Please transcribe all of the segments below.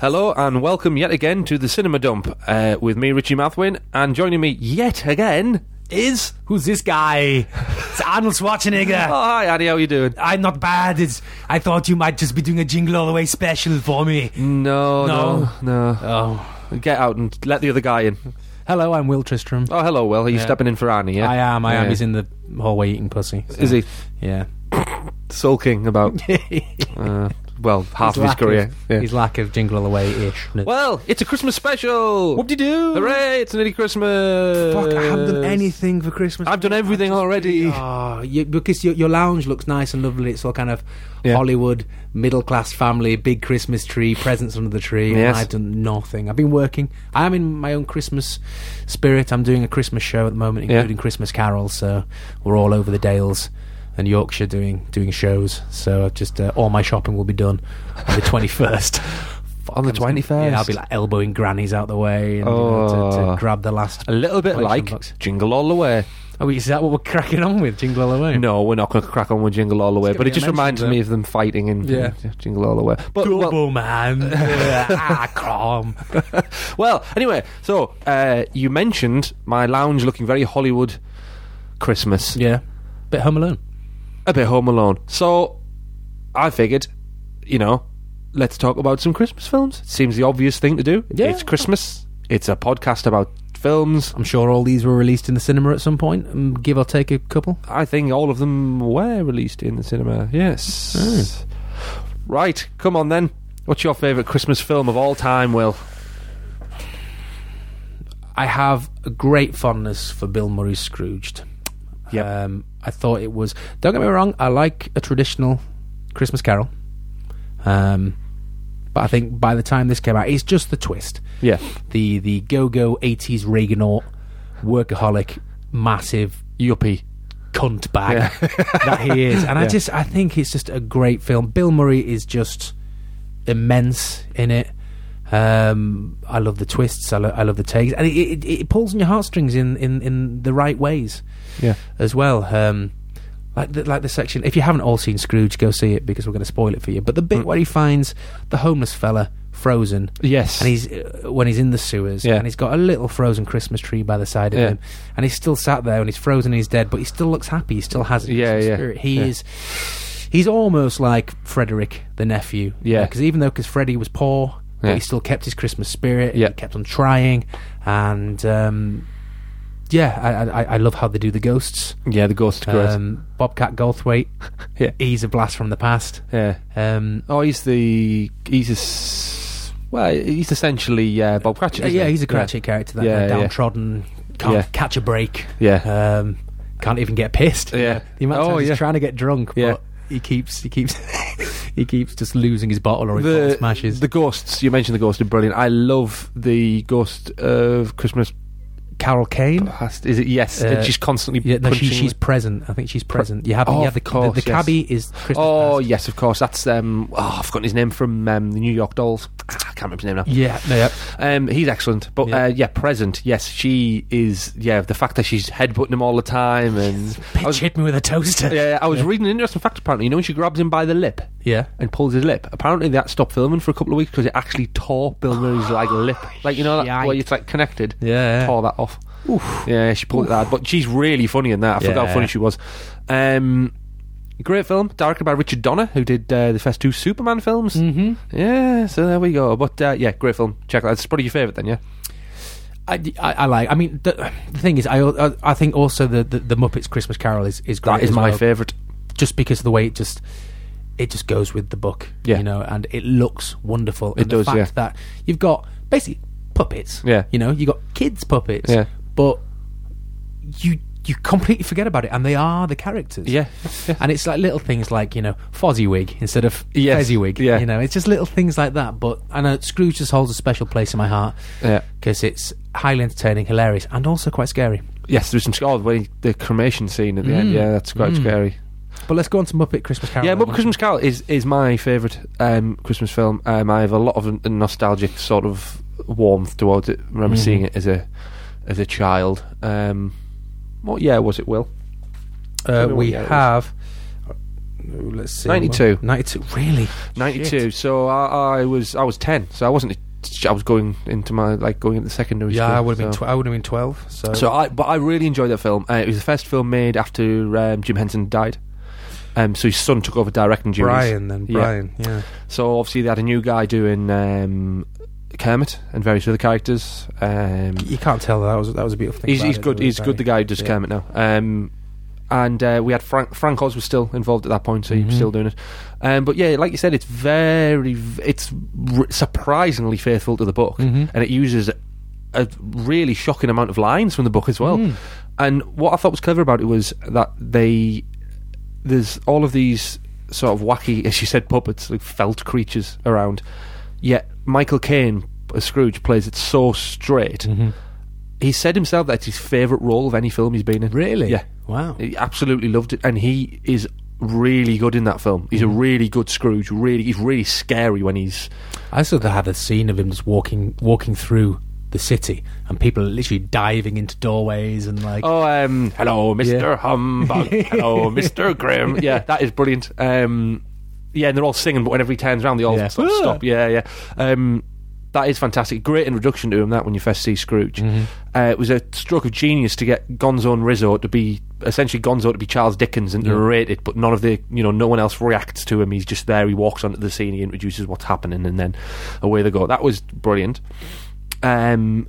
Hello and welcome yet again to the Cinema Dump uh, with me, Richie Mathwin, and joining me yet again is. Who's this guy? It's Arnold Oh, Schwarzenegger. hi, Addy, how you doing? I'm not bad. It's, I thought you might just be doing a jingle all the way special for me. No, no, no, Oh. Get out and let the other guy in. Hello, I'm Will Tristram. Oh, hello, Will. Are you Yeah. stepping in for Arnie, yeah? I am, I am. Yeah. He's in the hallway eating pussy. so- Is he Yeah. sulking about, uh, well, half of He's his lack career? of- Yeah. His lack of jingle all the way ish. Well, it's a Christmas special. Whoop de doo! Hooray! It's nearly Christmas. Fuck, I haven't done anything for Christmas. I've done everything already. Oh, you, because your, your lounge looks nice and lovely. It's all kind of Yeah. Hollywood, middle class family, big Christmas tree, presents under the tree. and Yes. I've done nothing. I've been working. I am in my own Christmas spirit. I'm doing a Christmas show at the moment, Yeah. including Christmas carols. So we're all over the Dales and Yorkshire doing doing shows. So I've just uh, all my shopping will be done on the 21st. On the I'm just gonna- 21st? Yeah, I'll be like elbowing grannies out the way and you know, to, Oh. to grab the last. A little bit Collection like box. Jingle All the Way. Oh, is that what we're cracking on with? Jingle all the way. No, we're not going to crack on with Jingle All the Way, It's but gonna it be just a mention, reminds though. me of them fighting in Yeah. in Jingle All the Way. But well, Double man. ah, crom. well, anyway, so uh, you mentioned my lounge looking very Hollywood Christmas, Yeah. Bit Home Alone. a bit Home Alone. So I figured, you know, let's talk about some Christmas films. It seems the obvious thing to do. Yeah. It's Christmas. It's a podcast about films. I'm sure all these were released in the cinema at some point, um, give or take a couple. I think all of them were released in the cinema. Yes. Hmm. Right, come on then. What's your favourite Christmas film of all time, Will? I have a great fondness for Bill Murray's Scrooged. Yep. Um, I thought it was. Don't get me wrong. I like a traditional Christmas Carol, um, but I think by the time this came out, it's just the twist. Yeah. The the go go eighties Reaganaut workaholic massive Yuppie. cunt bag that he is. And I Yeah. just I think it's just a great film. Bill Murray is just immense in it. Um, I love the twists. I, lo- I love the takes, and it, it, it pulls on your heartstrings in, in, in the right ways Yeah. as well. Um, like the, like the section. If you haven't all seen Scrooge, go see it because we're going to spoil it for you. But the bit where he finds the homeless fella frozen, Yes. and he's uh, when he's in the sewers, Yeah. and he's got a little frozen Christmas tree by the side of Yeah. him, and he's still sat there, and he's frozen, and he's dead, but he still looks happy. He still has a Yeah, Christmas yeah, spirit. He yeah. is. He's almost like Frederick, the nephew. Yeah. Because even though, because Freddie was poor, but Yeah. he still kept his Christmas spirit. Yeah. He kept on trying, and um, yeah, I, I, I love how they do the ghosts. yeah, the ghost great. Um, Bobcat Goldthwait. Yeah. He's a blast from the past. yeah. Um, Oh, he's the he's a s- well, he's essentially uh, Bob Cratchit. Uh, isn't yeah, he? he's a Cratchit character. That Yeah, yeah, yeah. downtrodden, can't Yeah. catch a break. Yeah. um, can't even get pissed. Yeah. the amount of Oh, times yeah. he's trying to get drunk, Yeah. but he keeps he keeps he keeps just losing his bottle or his bottle The, smashes. the ghosts. You mentioned the ghost are brilliant. I love the ghost of Christmas Carol Kane. past. Is it yes? Uh, and she's constantly Yeah, no, she, punching she's the- present. I think she's present. You have, Oh, you have the, of course, the, the yes. cabbie is Christmas Oh past. yes, of course. That's um. Oh, I've forgotten his name from um, the New York Dolls. Ah, I can't remember his name now. yeah, no, yeah. Um, he's excellent, but Yeah. uh, yeah, present. Yes, she is. Yeah, the fact that she's headbutting him all the time, and Bitch I was, hit me with a toaster. yeah, I was reading an interesting fact. Apparently, you know, when she grabs him by the lip yeah. and pulls his lip. Apparently, that stopped filming for a couple of weeks because it actually tore Bill Murray's like lip, like you know, that, Shite. where it's like connected. Yeah, yeah. tore that off. Yeah, she pulled it that. But she's really funny in that. I forgot how Yeah. funny she was. Um, great film, directed by Richard Donner, who did uh, the first two Superman films. Mm-hmm. Yeah, so there we go. But uh, yeah, great film. Check it out. It's probably your favourite then, yeah. I, I, I like. I mean, the, the thing is, I I, I think also the, the the Muppets Christmas Carol is is great. That is as my well. favourite. just because of the way it just it just goes with the book, Yeah. you know, and it looks wonderful. And It the does, fact yeah. that you've got basically puppets, Yeah. you know, you got kids puppets, Yeah. but you you completely forget about it, and they are the characters, Yeah. And it's like little things like you know Fozziwig instead of Yes, Fezziwig, yeah. you know, it's just little things like that. But I know Scrooge just holds a special place in my heart, Yeah. because it's highly entertaining, hilarious, and also quite scary. Yes, there's some. Oh, the, the cremation scene at the end. Yeah, that's quite scary. But let's go on to Muppet Christmas Carol. Yeah, then, Muppet Christmas Carol is, is my favourite um, Christmas film. Um, I have a lot of n- nostalgic sort of warmth towards it. I Mm-hmm. remember seeing it as a as a child. Um, what year was it, Will? Uh, Tell me what we year it was. have Ooh, let's see. 92. 92. Really? 92 Shit. so I, I was i was 10 so i wasn't i was going into my like going into secondary Yeah, school I would have been. so. Tw- I would have been 12. So, so i but i really enjoyed that film uh, it was the first film made after um, jim henson died um, so his son took over directing duties Brian then. Yeah. Brian. Yeah. so obviously they had a new guy doing um, kermit and various other characters um, You can't tell that was that was a beautiful thing. he's, about he's it, good. though, He's isn't good. The he? guy who does Yeah. Kermit now. Um, and uh, we had Frank. Frank Oz was still involved at that point, so he was Mhm. still doing it. Um, but yeah, like you said, it's very, v- it's r- surprisingly faithful to the book, Mhm. and it uses a really shocking amount of lines from the book as well. Mm. And what I thought was clever about it was that they there's all of these sort of wacky, as you said, puppets, like felt creatures around. Yet Michael Caine as Scrooge plays it so straight he said himself that's his favourite role of any film he's been in. Really? Yeah. Wow. He absolutely loved it, and he is really good in that film. He's a really good Scrooge. Really, he's really scary when he's I saw they had a scene of him just walking walking through the city and people are literally diving into doorways and like oh um hello Mister Yeah. Humbug, hello Mister Grimm. Yeah, that is brilliant. Um, yeah, and they're all singing, but whenever he turns around, they all Yeah. sort of Ah. stop. Yeah, yeah. Um, that is fantastic. Great introduction to him. That when you first see Scrooge, uh, it was a stroke of genius to get Gonzo and Rizzo to be essentially Gonzo to be Charles Dickens and Yeah. narrate it, but none of the you know no one else reacts to him. He's just there. He walks onto the scene. He introduces what's happening, and then away they go. That was brilliant. Um,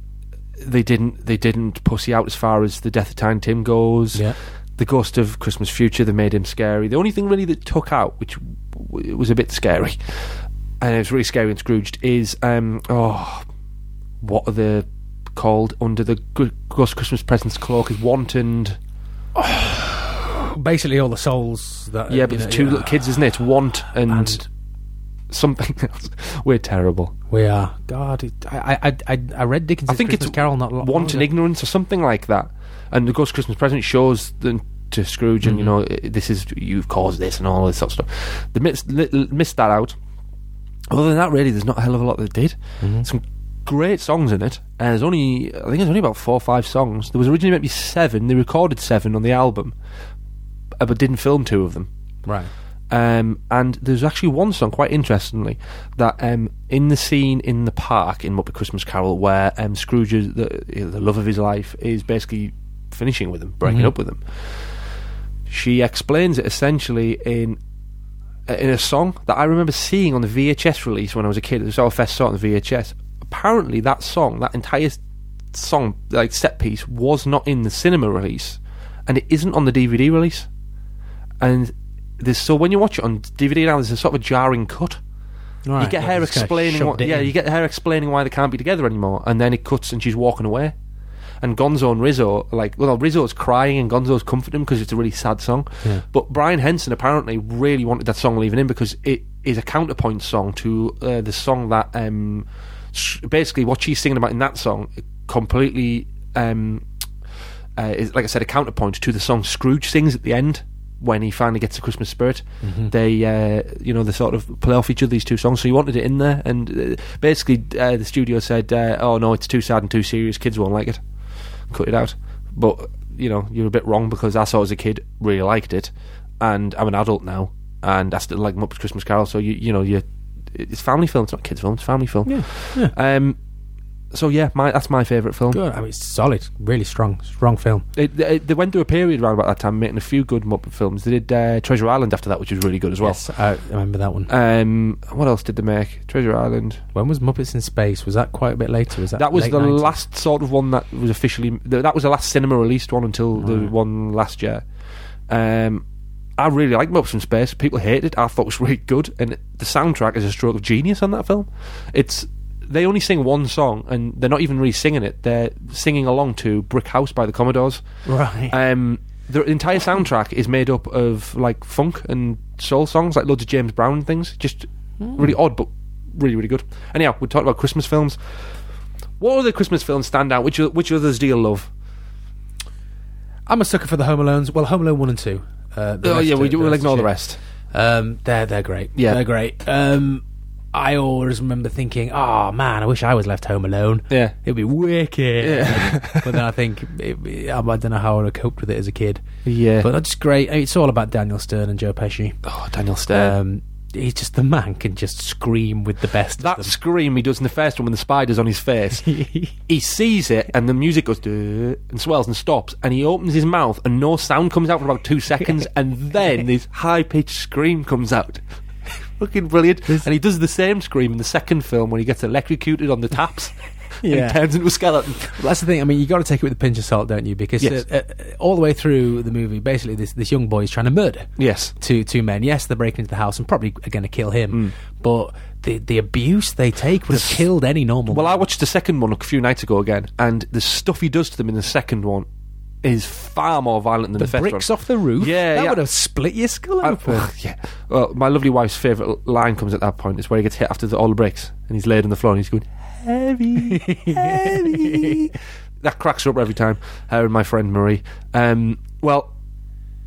they didn't they didn't pussy out as far as the death of Time Tim goes yeah. the ghost of Christmas future that made him scary. The only thing really that took out, which w- was a bit scary, and it was really scary and Scrooged, is um oh, what are they called under the Gr- ghost Christmas presents cloak is wantoned. Basically all the souls that yeah, but you the know, two Uh, yeah. little kids, isn't it? It's Want and, And- something else. We're terrible. we are God. It, I, I I I read Dickens' I think Christmas it's Carol not long Want and ago. ignorance or something like that. And the ghost Christmas present shows the. To Scrooge, and you know, "I- this is you've caused this and all this sort of stuff. They missed, li- li- missed that out, other than that, really, there's not a hell of a lot that did. Some great songs in it, and there's only I think there's only about four or five songs. There was originally meant to be seven. They recorded seven on the album, uh, but didn't film two of them. Right. Um, and there's actually one song, quite interestingly, that um, in the scene in the park in Muppet Christmas Carol, where um, Scrooge, is- the, you know, the love of his life, is basically finishing with him, breaking up with him. She explains it essentially in uh, in a song that I remember seeing on the VHS release when I was a kid. It was our first saw it on the VHS. Apparently, that song, that entire song, like set piece, was not in the cinema release, and it isn't on the DVD release and there's so when you watch it on DVD now, there's a sort of a jarring cut. Right. you get Well, her just kinda explaining shoved what, it yeah, in. you get her explaining why they can't be together anymore, and then it cuts and she's walking away. And Gonzo and Rizzo, are like, well, Rizzo's crying and Gonzo's comforting him because it's a really sad song. Yeah. But Brian Henson apparently really wanted that song leaving in because it is a counterpoint song to uh, the song that um, s- basically what she's singing about in that song completely um, uh, is, like I said, a counterpoint to the song Scrooge sings at the end when he finally gets the Christmas spirit. They, uh, you know, they sort of play off each other these two songs. So he wanted it in there, and uh, basically uh, the studio said, uh, "Oh no, it's too sad and too serious. Kids won't like it. Cut it out." But you know, you're a bit wrong because I saw it as a kid, really liked it, and I'm an adult now, and I still like Muppet Christmas Carol. So you, you know, you, it's family film. It's not kids film. It's family film. Yeah. Yeah. Um. So yeah, my that's my favourite film. Good. I mean it's solid. Really strong. Strong film. They, they, they went through a period around about that time making a few good Muppet films. They did uh, Treasure Island after that, which was really good as well. Yes, I remember that one. Um, what else did they make? Treasure Island. when was Muppets in Space? Was that quite a bit later? Was that That was late the 90s? last sort of one that was officially. th- That was the last cinema released one until the Right. one last year. Um, I really like Muppets from Space. People hated it. I thought it was really good, and it- the soundtrack is a stroke of genius on that film. It's they only sing one song, and they're not even really singing it. They're singing along to "Brick House" by the Commodores. Right. Um, the entire soundtrack is made up of like funk and soul songs, like loads of James Brown things. Just really odd, but really, really good. Anyhow, we talked about Christmas films. What other Christmas films stand out? Which o- which others do you love? I'm a sucker for the Home Alones. Well, Home Alone one and two. Uh, the Oh rest yeah, are- we, do- we'll rest are ignore the shit. rest. Um, they're they're great. Yeah. they're great. Um, I always remember thinking, "Oh man, I wish I was left home alone. Yeah. It'd be wicked." Yeah. but then I think it, I don't know how I would have coped with it as a kid. Yeah. But that's great. It's all about Daniel Stern and Joe Pesci. oh, Daniel Stern. Um, he's just the man can just scream with the best. that scream he does in the first one when the spider's on his face, he sees it and the music goes "Duh," and swells and stops, and he opens his mouth and no sound comes out for about two seconds, and then this high pitched scream comes out. Fucking brilliant! and he does the same scream in the second film when he gets electrocuted on the taps. Yeah. and he turns into a skeleton. That's the thing. I mean, you got to take it with a pinch of salt, don't you? Because Yes. uh, uh, all the way through the movie, basically, this this young boy is trying to murder Yes, two two men. Yes, they're breaking into the house and probably are going to kill Mm. him. But the the abuse they take would have killed any normal. Well, man. I watched the second one a few nights ago again, and the stuff he does to them in the second one is far more violent than the, first bricks one. off the roof. Yeah, that yeah. would have split your skull I- open. yeah. Well, my lovely wife's favourite line comes at that point. It's where he gets hit after the, all the bricks, and he's laid on the floor, and he's going heavy, heavy. That cracks her up every time. Her and my friend Marie. Um, well,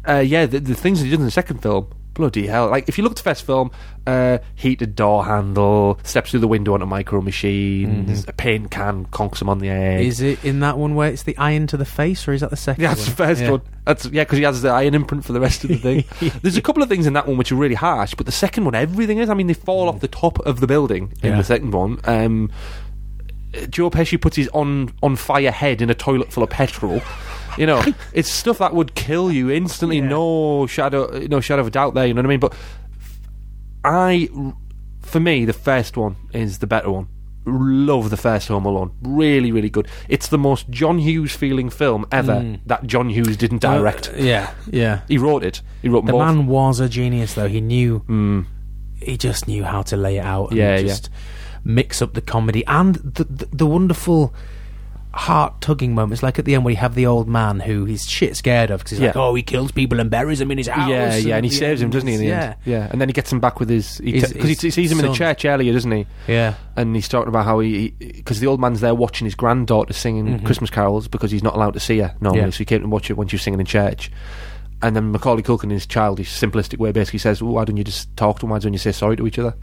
uh, yeah, the, the things that he did in the second film, bloody hell! Like if you look at the first film, uh, heated door handle, steps through the window onto micro machines, a paint can conks him on the head. Is it in that one where it's the iron to the face, or is that the second? Yeah, that's the one? first Yeah. one. That's yeah, because he has the iron imprint for the rest of the thing. There's a couple of things in that one which are really harsh, but the second one, everything is. I mean, they fall off the top of the building in Mm. Yeah. the second one. Um, Joe Pesci puts his on on fire head in a toilet full of petrol. You know, it's stuff that would kill you instantly. Yeah. No shadow, no shadow of a doubt there. You know what I mean? But I, for me, the first one is the better one. Love the first Home Alone. Really, really good. It's the most John Hughes feeling film ever that John Hughes didn't direct. Hmm. Uh, yeah, yeah. he wrote it. He wrote The both. Mm. man was a genius, though. He knew. He just knew how to lay it out and Yeah, yeah. just mix up the comedy and the the, the wonderful heart tugging moments, like at the end where you have the old man who he's shit scared of because he's like, Yeah. "Oh, he kills people and buries them in his house." yeah, yeah, and he saves him, doesn't he? In the yeah, end, yeah, and then he gets him back with his His- because he, his he sees him in the son. church earlier, doesn't he? yeah. and he's talking about how he because the old man's there watching his granddaughter singing Christmas carols because he's not allowed to see her normally, Yeah. so he came to watch her when she was singing in church. And then Macaulay Culkin, in his childish, simplistic way, basically says, well, "Why don't you just talk to them? Why don't you say sorry to each other?"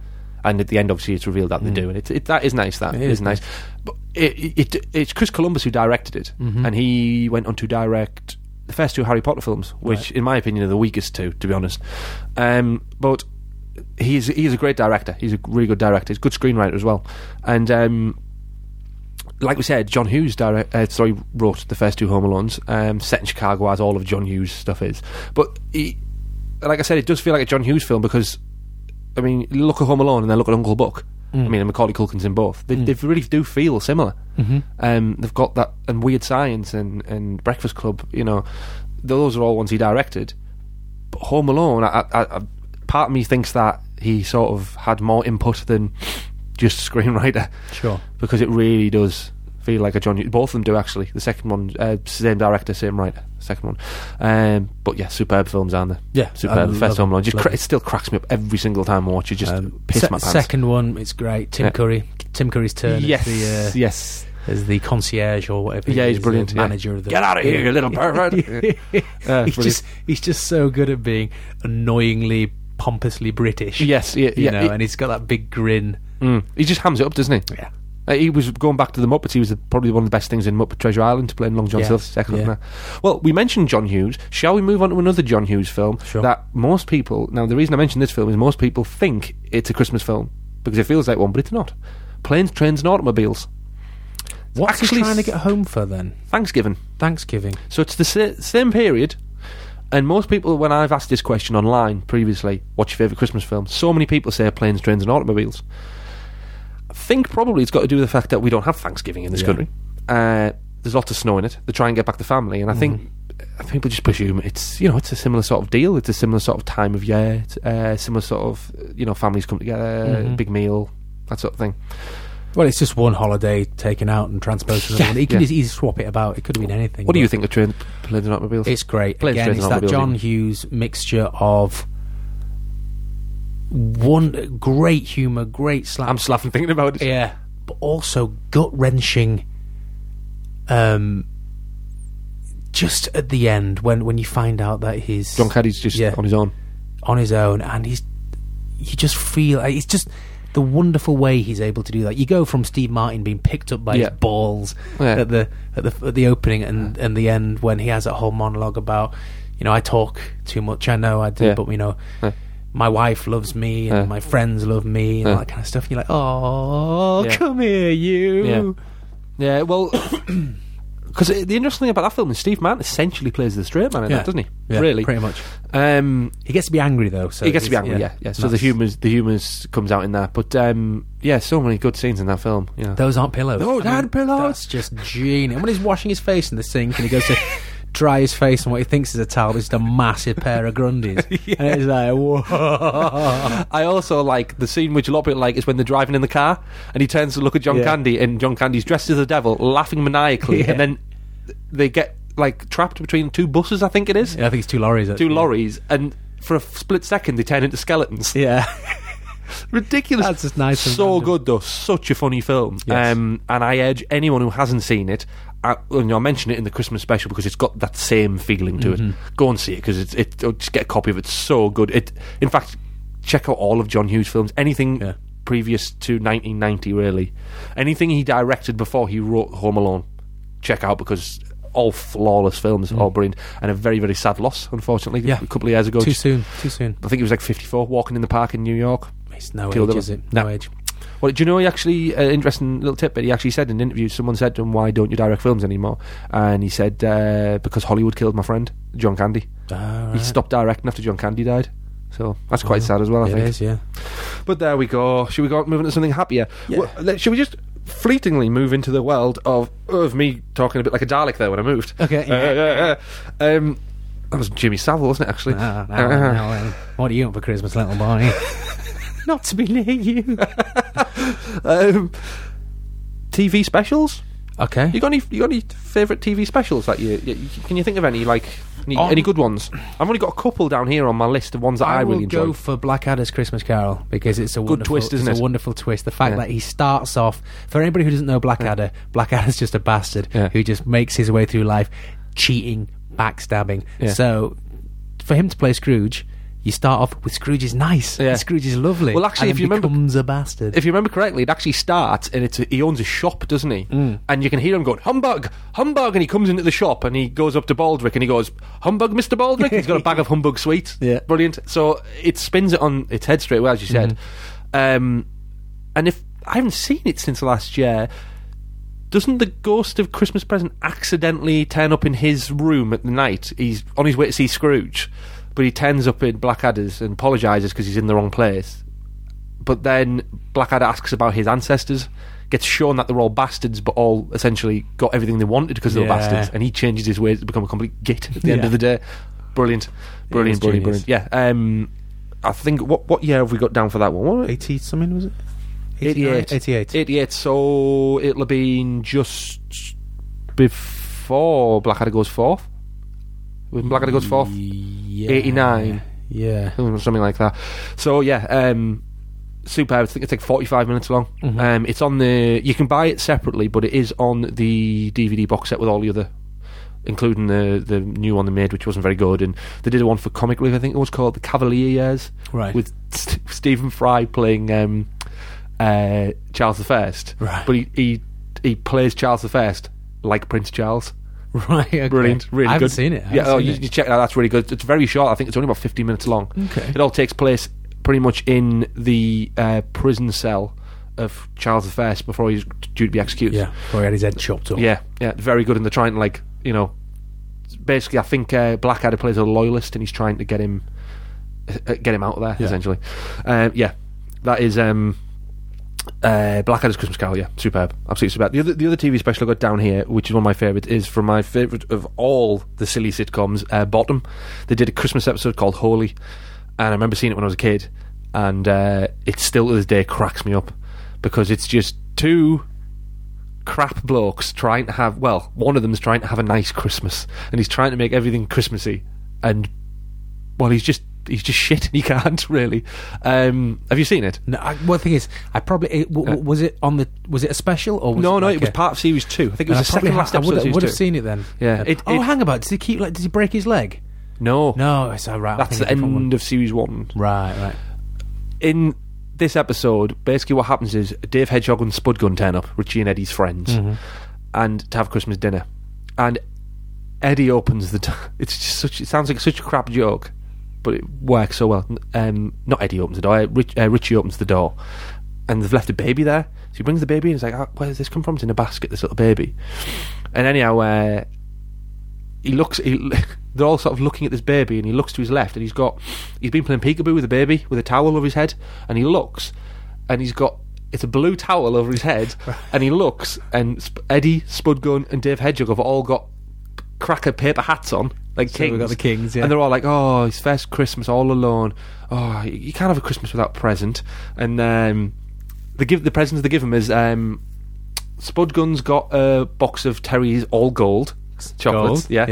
And at the end, obviously, it's revealed that they do, and it, it, that is nice. That It is is nice. But it, it, it's Chris Columbus who directed it, and he went on to direct the first two Harry Potter films, which, in my opinion, are the weakest two, to be honest. Um, but he's he's a great director. He's a really good director. He's a good screenwriter as well. And um, like we said, John Hughes direct, uh, sorry wrote the first two Home Alones, um, set in Chicago, as all of John Hughes' stuff is. But he, like I said, it does feel like a John Hughes film because, I mean, look at Home Alone and then look at Uncle Buck. Mm. I mean, and Macaulay Culkin's in both. Hmm. They, they really do feel similar. Mm-hmm. Um, they've got that and Weird Science and and Breakfast Club. You know, those are all ones he directed. But Home Alone, I, I, I, part of me thinks that he sort of had more input than just screenwriter Sure. because it really does feel like a John. Hughes. Both of them do actually. The second one, uh, same director, same writer. Second one, um, but yeah, superb films, aren't they? Yeah, I superb. The love first Home it, Alone just love cra- it. it still cracks me up every single time I watch it. Just Um, piss se- my pants. Second one, it's great. Tim Yeah. Curry, Tim Curry's turn. yes, As the, yes. uh, as the concierge or whatever. he Yeah, he's is, the brilliant, yeah. Manager of the Get out of here, you little pervert! Yeah. Uh, he's brilliant. just he's just so good at being annoyingly pompously British. yes, yeah, you yeah, know, he- and he's got that big grin. mm, he just hams it up, doesn't he? Yeah, Uh, he was going back to the Muppets. He was probably one of the best things in Muppet Treasure Island to play in Long John Yeah. Silver's second Yeah. one. Well, we mentioned John Hughes. Shall we move on to another John Hughes film Sure. that most people? Now, the reason I mention this film is most people think it's a Christmas film because it feels like one, but it's not. Planes, trains, and automobiles. what's actually he trying to s- get home for then? Thanksgiving. Thanksgiving. So it's the sa- same period. And most people, when I've asked this question online previously, what's your favourite Christmas film? So many people say planes, trains, and automobiles. I think probably it's got to do with the fact that we don't have Thanksgiving in this country. Uh, there's lots of snow in it. They try and get back the family, and I think I think people just presume it's you know it's a similar sort of deal. It's a similar sort of time of year. It's uh, similar sort of you know families come together, big meal, that sort of thing. Well, it's just one holiday taken out and transposed. to another Yeah, one. He yeah. could eas- easily swap it about. It could have been anything. What do you but think of train, planes, and automobiles? It's great. Planes, Again, trains, it's and that John automobiles. Hughes mixture of one great humour, great slap. I'm slapping thinking about it. Yeah, but also gut wrenching. Um, just at the end when when you find out that he's John Caddy's just Yeah. on his own. on his own and he's you just feel it's just the wonderful way he's able to do that. You go from Steve Martin being picked up by Yeah. his balls Yeah. at the at the at the opening and and the end when he has that whole monologue about, you know, I talk too much. I know I do, Yeah. but you know. Yeah. My wife loves me, and Yeah. my friends love me, and all Yeah. that kind of stuff. And you're like, "Oh, Yeah. come here, you!" Yeah, well, because the interesting thing about that film is Steve Martin essentially plays the straight man in Yeah. that, doesn't he? Yeah, really. pretty much. Um, He gets to be angry though. So he gets to be it's- angry, yeah. yeah, So the That's- humors, the humors comes out in that, but um, yeah, so many good scenes in that film. Yeah, Those aren't pillows. Those I mean, aren't pillows. That's just genius. And when he's washing his face in the sink and he goes to dry his face on what he thinks is a towel, but it's just a massive pair of grundies. And it's like, whoa. I also like the scene which a lot of people like is when they're driving in the car and he turns to look at John Yeah. Candy and John Candy's dressed as the devil, laughing maniacally, Yeah. and then they get like trapped between two buses, I think it is, Yeah, I think it's two lorries. two actually. lorries, and for a split second they turn into skeletons. Yeah. Ridiculous. That's just nice and So random. good though, such a funny film. Yes. Um, and I urge anyone who hasn't seen it. I, you know, I mention it in the Christmas special because it's got that same feeling to Mm-hmm. it. Go and see it because it's it. oh, Just get a copy of it. It's so good. It, in fact, check out all of John Hughes' films. Anything Yeah. previous to 1990, really. Anything he directed before he wrote Home Alone, check out because all flawless films, all brilliant, and a very very sad loss, unfortunately. Mm. Yeah. a couple of years ago. Too Just- soon. Too soon. I think he was like 54, walking in the park in New York. It's no Killed age, him. is it? No No. age. Well, do you know he actually uh, interesting little tidbit? He actually said in an interview, someone said to him, "Why don't you direct films anymore?" And he said, uh, "Because Hollywood killed my friend John Candy. He stopped directing after John Candy died." So that's quite sad as well, I It think. is, yeah. But there we go. Should we go on moving to something happier? Yeah. Well, let- should we just fleetingly move into the world of of me talking a bit like a Dalek there when I moved? Okay, yeah. Uh, uh, uh, um, that was Jimmy Savile, wasn't it? Actually. Ah, Uh, now, uh. now, uh, what do you want for Christmas, little boy? Not to be near you. Um, TV specials. Okay. You got any? You got any favourite TV specials that you, you? you- Can you think of any like any, Um, any good ones? I've only got a couple down here on my list of ones that I, will really enjoy. go for Blackadder's Christmas Carol because it's a wonderful, twist, isn't it's it? A wonderful twist. The fact Yeah. that he starts off for anybody who doesn't know Blackadder, Blackadder's just a bastard Yeah. who just makes his way through life, cheating, backstabbing. Yeah. So, for him to play Scrooge, you start off with Scrooge is nice, Yeah. and Scrooge is lovely. Well, actually, and if then you remember- becomes a bastard. if you remember correctly, it actually starts and it's a, he owns a shop, doesn't he? Mm. And you can hear him going humbug, humbug, and he comes into the shop and he goes up to Baldric and he goes humbug, Mister Baldric. He's got a bag of humbug sweets. Yeah. brilliant. So it spins it on its head straight away, as you said. Mm-hmm. Um, and if I haven't seen it since last year. Doesn't the ghost of Christmas present accidentally turn up in his room at the night? He's on his way to see Scrooge, but he turns up in Blackadder's and apologises because he's in the wrong place but then Blackadder asks about his ancestors, gets shown that they're all bastards, but all essentially got everything they wanted because they were Yeah. bastards, and he changes his ways to become a complete git at the end Yeah. of the day. Brilliant, brilliant, It was brilliant, brilliant. Yeah, um, I think what what year have we got down for that one? What- Eighty something was it? 88. 88. 88, so it'll have been just before Blackadder goes fourth. When Blackadder goes fourth, Yeah. 89. Yeah. or something like that. So yeah, um, superb. I think it's like forty-five minutes long. Um, it's on the. You can buy it separately, but it is on the DVD box set with all the other, including the the new one they made, which wasn't very good. And they did one for Comic Relief, I think it was called the Cavalier Years, Right. With St- Stephen Fry playing um, uh, Charles the First, Right. But he, he he plays Charles the First like Prince Charles. Right. Okay. Brilliant, really I haven't good. seen it. I yeah, haven't oh, seen you, it. you check that. out, That's really good. It's very short. I think it's only about fifteen minutes long. Okay. It all takes place pretty much in the uh, prison cell of Charles I before he's due to be executed. Yeah. Before he had his head chopped off. yeah, yeah, Very good. And they're trying to like you know, basically, I think uh, Blackadder plays a loyalist, and he's trying to get him uh, get him out of there Yeah. essentially. Um, yeah, that is. Um, uh, Blackadder's Christmas Carol, yeah, superb, absolutely superb. The other, the other TV special I got down here, which is one of my favourites, is from my favourite of all the silly sitcoms, uh, Bottom. They did a Christmas episode called Holy, and I remember seeing it when I was a kid, and uh, it still to this day cracks me up because it's just two crap blokes trying to have well, one of them's trying to have a nice Christmas, and he's trying to make everything Christmassy, and well, he's just he's just shit, and he can't really. Um, have you seen it? No, I, well, the thing is, I probably it, w- w- Yeah. was it on the was it a special or was Uh, no, it no, like it was a- part of series two. I think it was I the probably second ha- last I episode. of would, I series would two. have seen it then. Yeah, it- oh, it- hang about. Did he keep? Like, did he break his leg? No, No, it's all right. I that's think the it's a different end one. of series one. Right, right. In this episode, basically what happens is Dave Hedgehog and Spudgun turn up, Richie and Eddie's friends, and to have Christmas dinner. And Eddie opens the. T- it's just such. It sounds like such a crap joke, but it works so well. Um, not Eddie opens the door. Rich, uh, Richie opens the door, and they've left a baby there. So he brings the baby in. He's like, oh, "Where does this come from? It's in a basket. This little baby." And anyhow, uh, he looks. He, they're all sort of looking at this baby, and he looks to his left, and he's got. He's been playing peekaboo with a baby with a towel over his head, and he looks, and he's got. It's a blue towel over his head, and he looks, and Sp- Eddie Spudgun and Dave Hedgehog have all got cracker paper hats on, like So kings. we've got the kings, yeah. And they're all like, "Oh, his first Christmas all alone. Oh, you- you can't have a Christmas without present." And um, the give the presents they give him is um, Spudgun's got a box of Terry's all gold chocolates. Gold, yeah.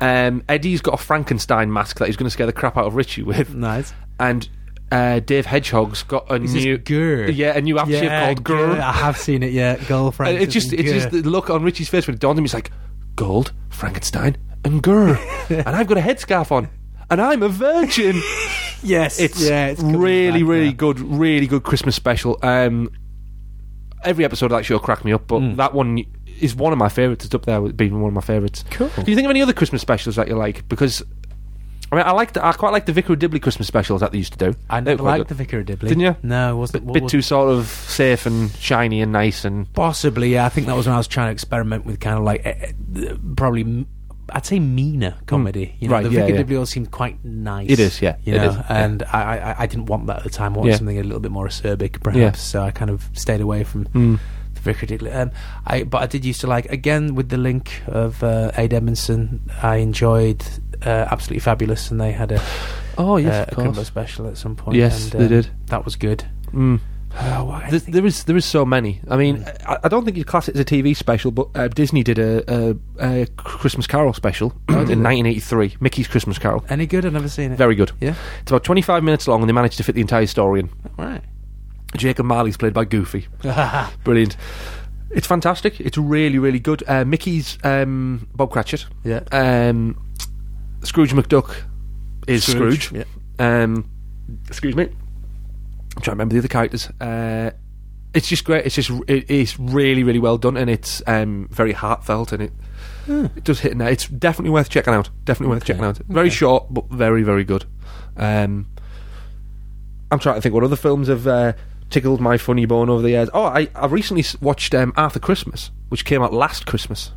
yeah. Um, Eddie's got a Frankenstein mask that he's going to scare the crap out of Richie with, Nice. and uh, Dave Hedgehog's got a this new Gur? Yeah, a new aftershave called Gur. Gur. I have seen it. Yeah, girlfriend. And it's just it's just the look on Richie's face when it dawned on him. He's like, gold, Frankenstein, and Gur, and I've got a headscarf on, and I'm a virgin. yes. It's, yeah, it's coming really, back really now. good, really good Christmas special. Um, every episode of that show cracked me up, but that one is one of my favourites. It's up there with being one of my favourites. Cool. Do you think of any other Christmas specials that you like? Because I mean, I like the, I quite like the Vicar of Dibley Christmas specials that they used to do. I They were never quite good. liked the Vicar of Dibley. Didn't you? No, it wasn't. what bit was- too sort of safe and shiny and nice and Possibly, yeah. I think that was when I was trying to experiment with kind of like eh, eh, probably m- I'd say meaner comedy. You know, Hmm. Right, the yeah, Vicar yeah. Dibley always seemed quite nice. It is, yeah, You it know, is, yeah. and I, I I didn't want that at the time. I wanted Yeah. something a little bit more acerbic, perhaps. Yeah. So I kind of stayed away from Mm. the Vicar Dibley. Um, I but I did used to like again with the link of uh, Aid Edmondson. I enjoyed uh, absolutely fabulous, and they had a, oh uh, a combo special at some point. Yes, and, they um, did. That was good. Mm. Oh, I There, think- there is there is so many. I mean, I, I don't think you'd class it as a TV special, but uh, Disney did a, a, a Christmas Carol special in 1983, Mickey's Christmas Carol. any good? I've never seen it. Very good. yeah, It's about 25 minutes long, and they managed to fit the entire story in. right. Jacob Marley's played by Goofy. Brilliant. It's fantastic. It's really, really good. Uh, Mickey's um, Bob Cratchit. Yeah. Um, Scrooge McDuck is Scrooge. Scrooge, yeah. Um, excuse me. I'm trying to remember the other characters. Uh, it's just great. It's just it, it's really, really well done, and it's um, very heartfelt, and it Hmm. it does hit now. It's definitely worth checking out. Definitely worth Okay. checking out. Very short, but very, very good. Um, I'm trying to think what other films have uh, tickled my funny bone over the years. Oh, I, I recently s- watched um, Arthur Christmas, which came out last Christmas.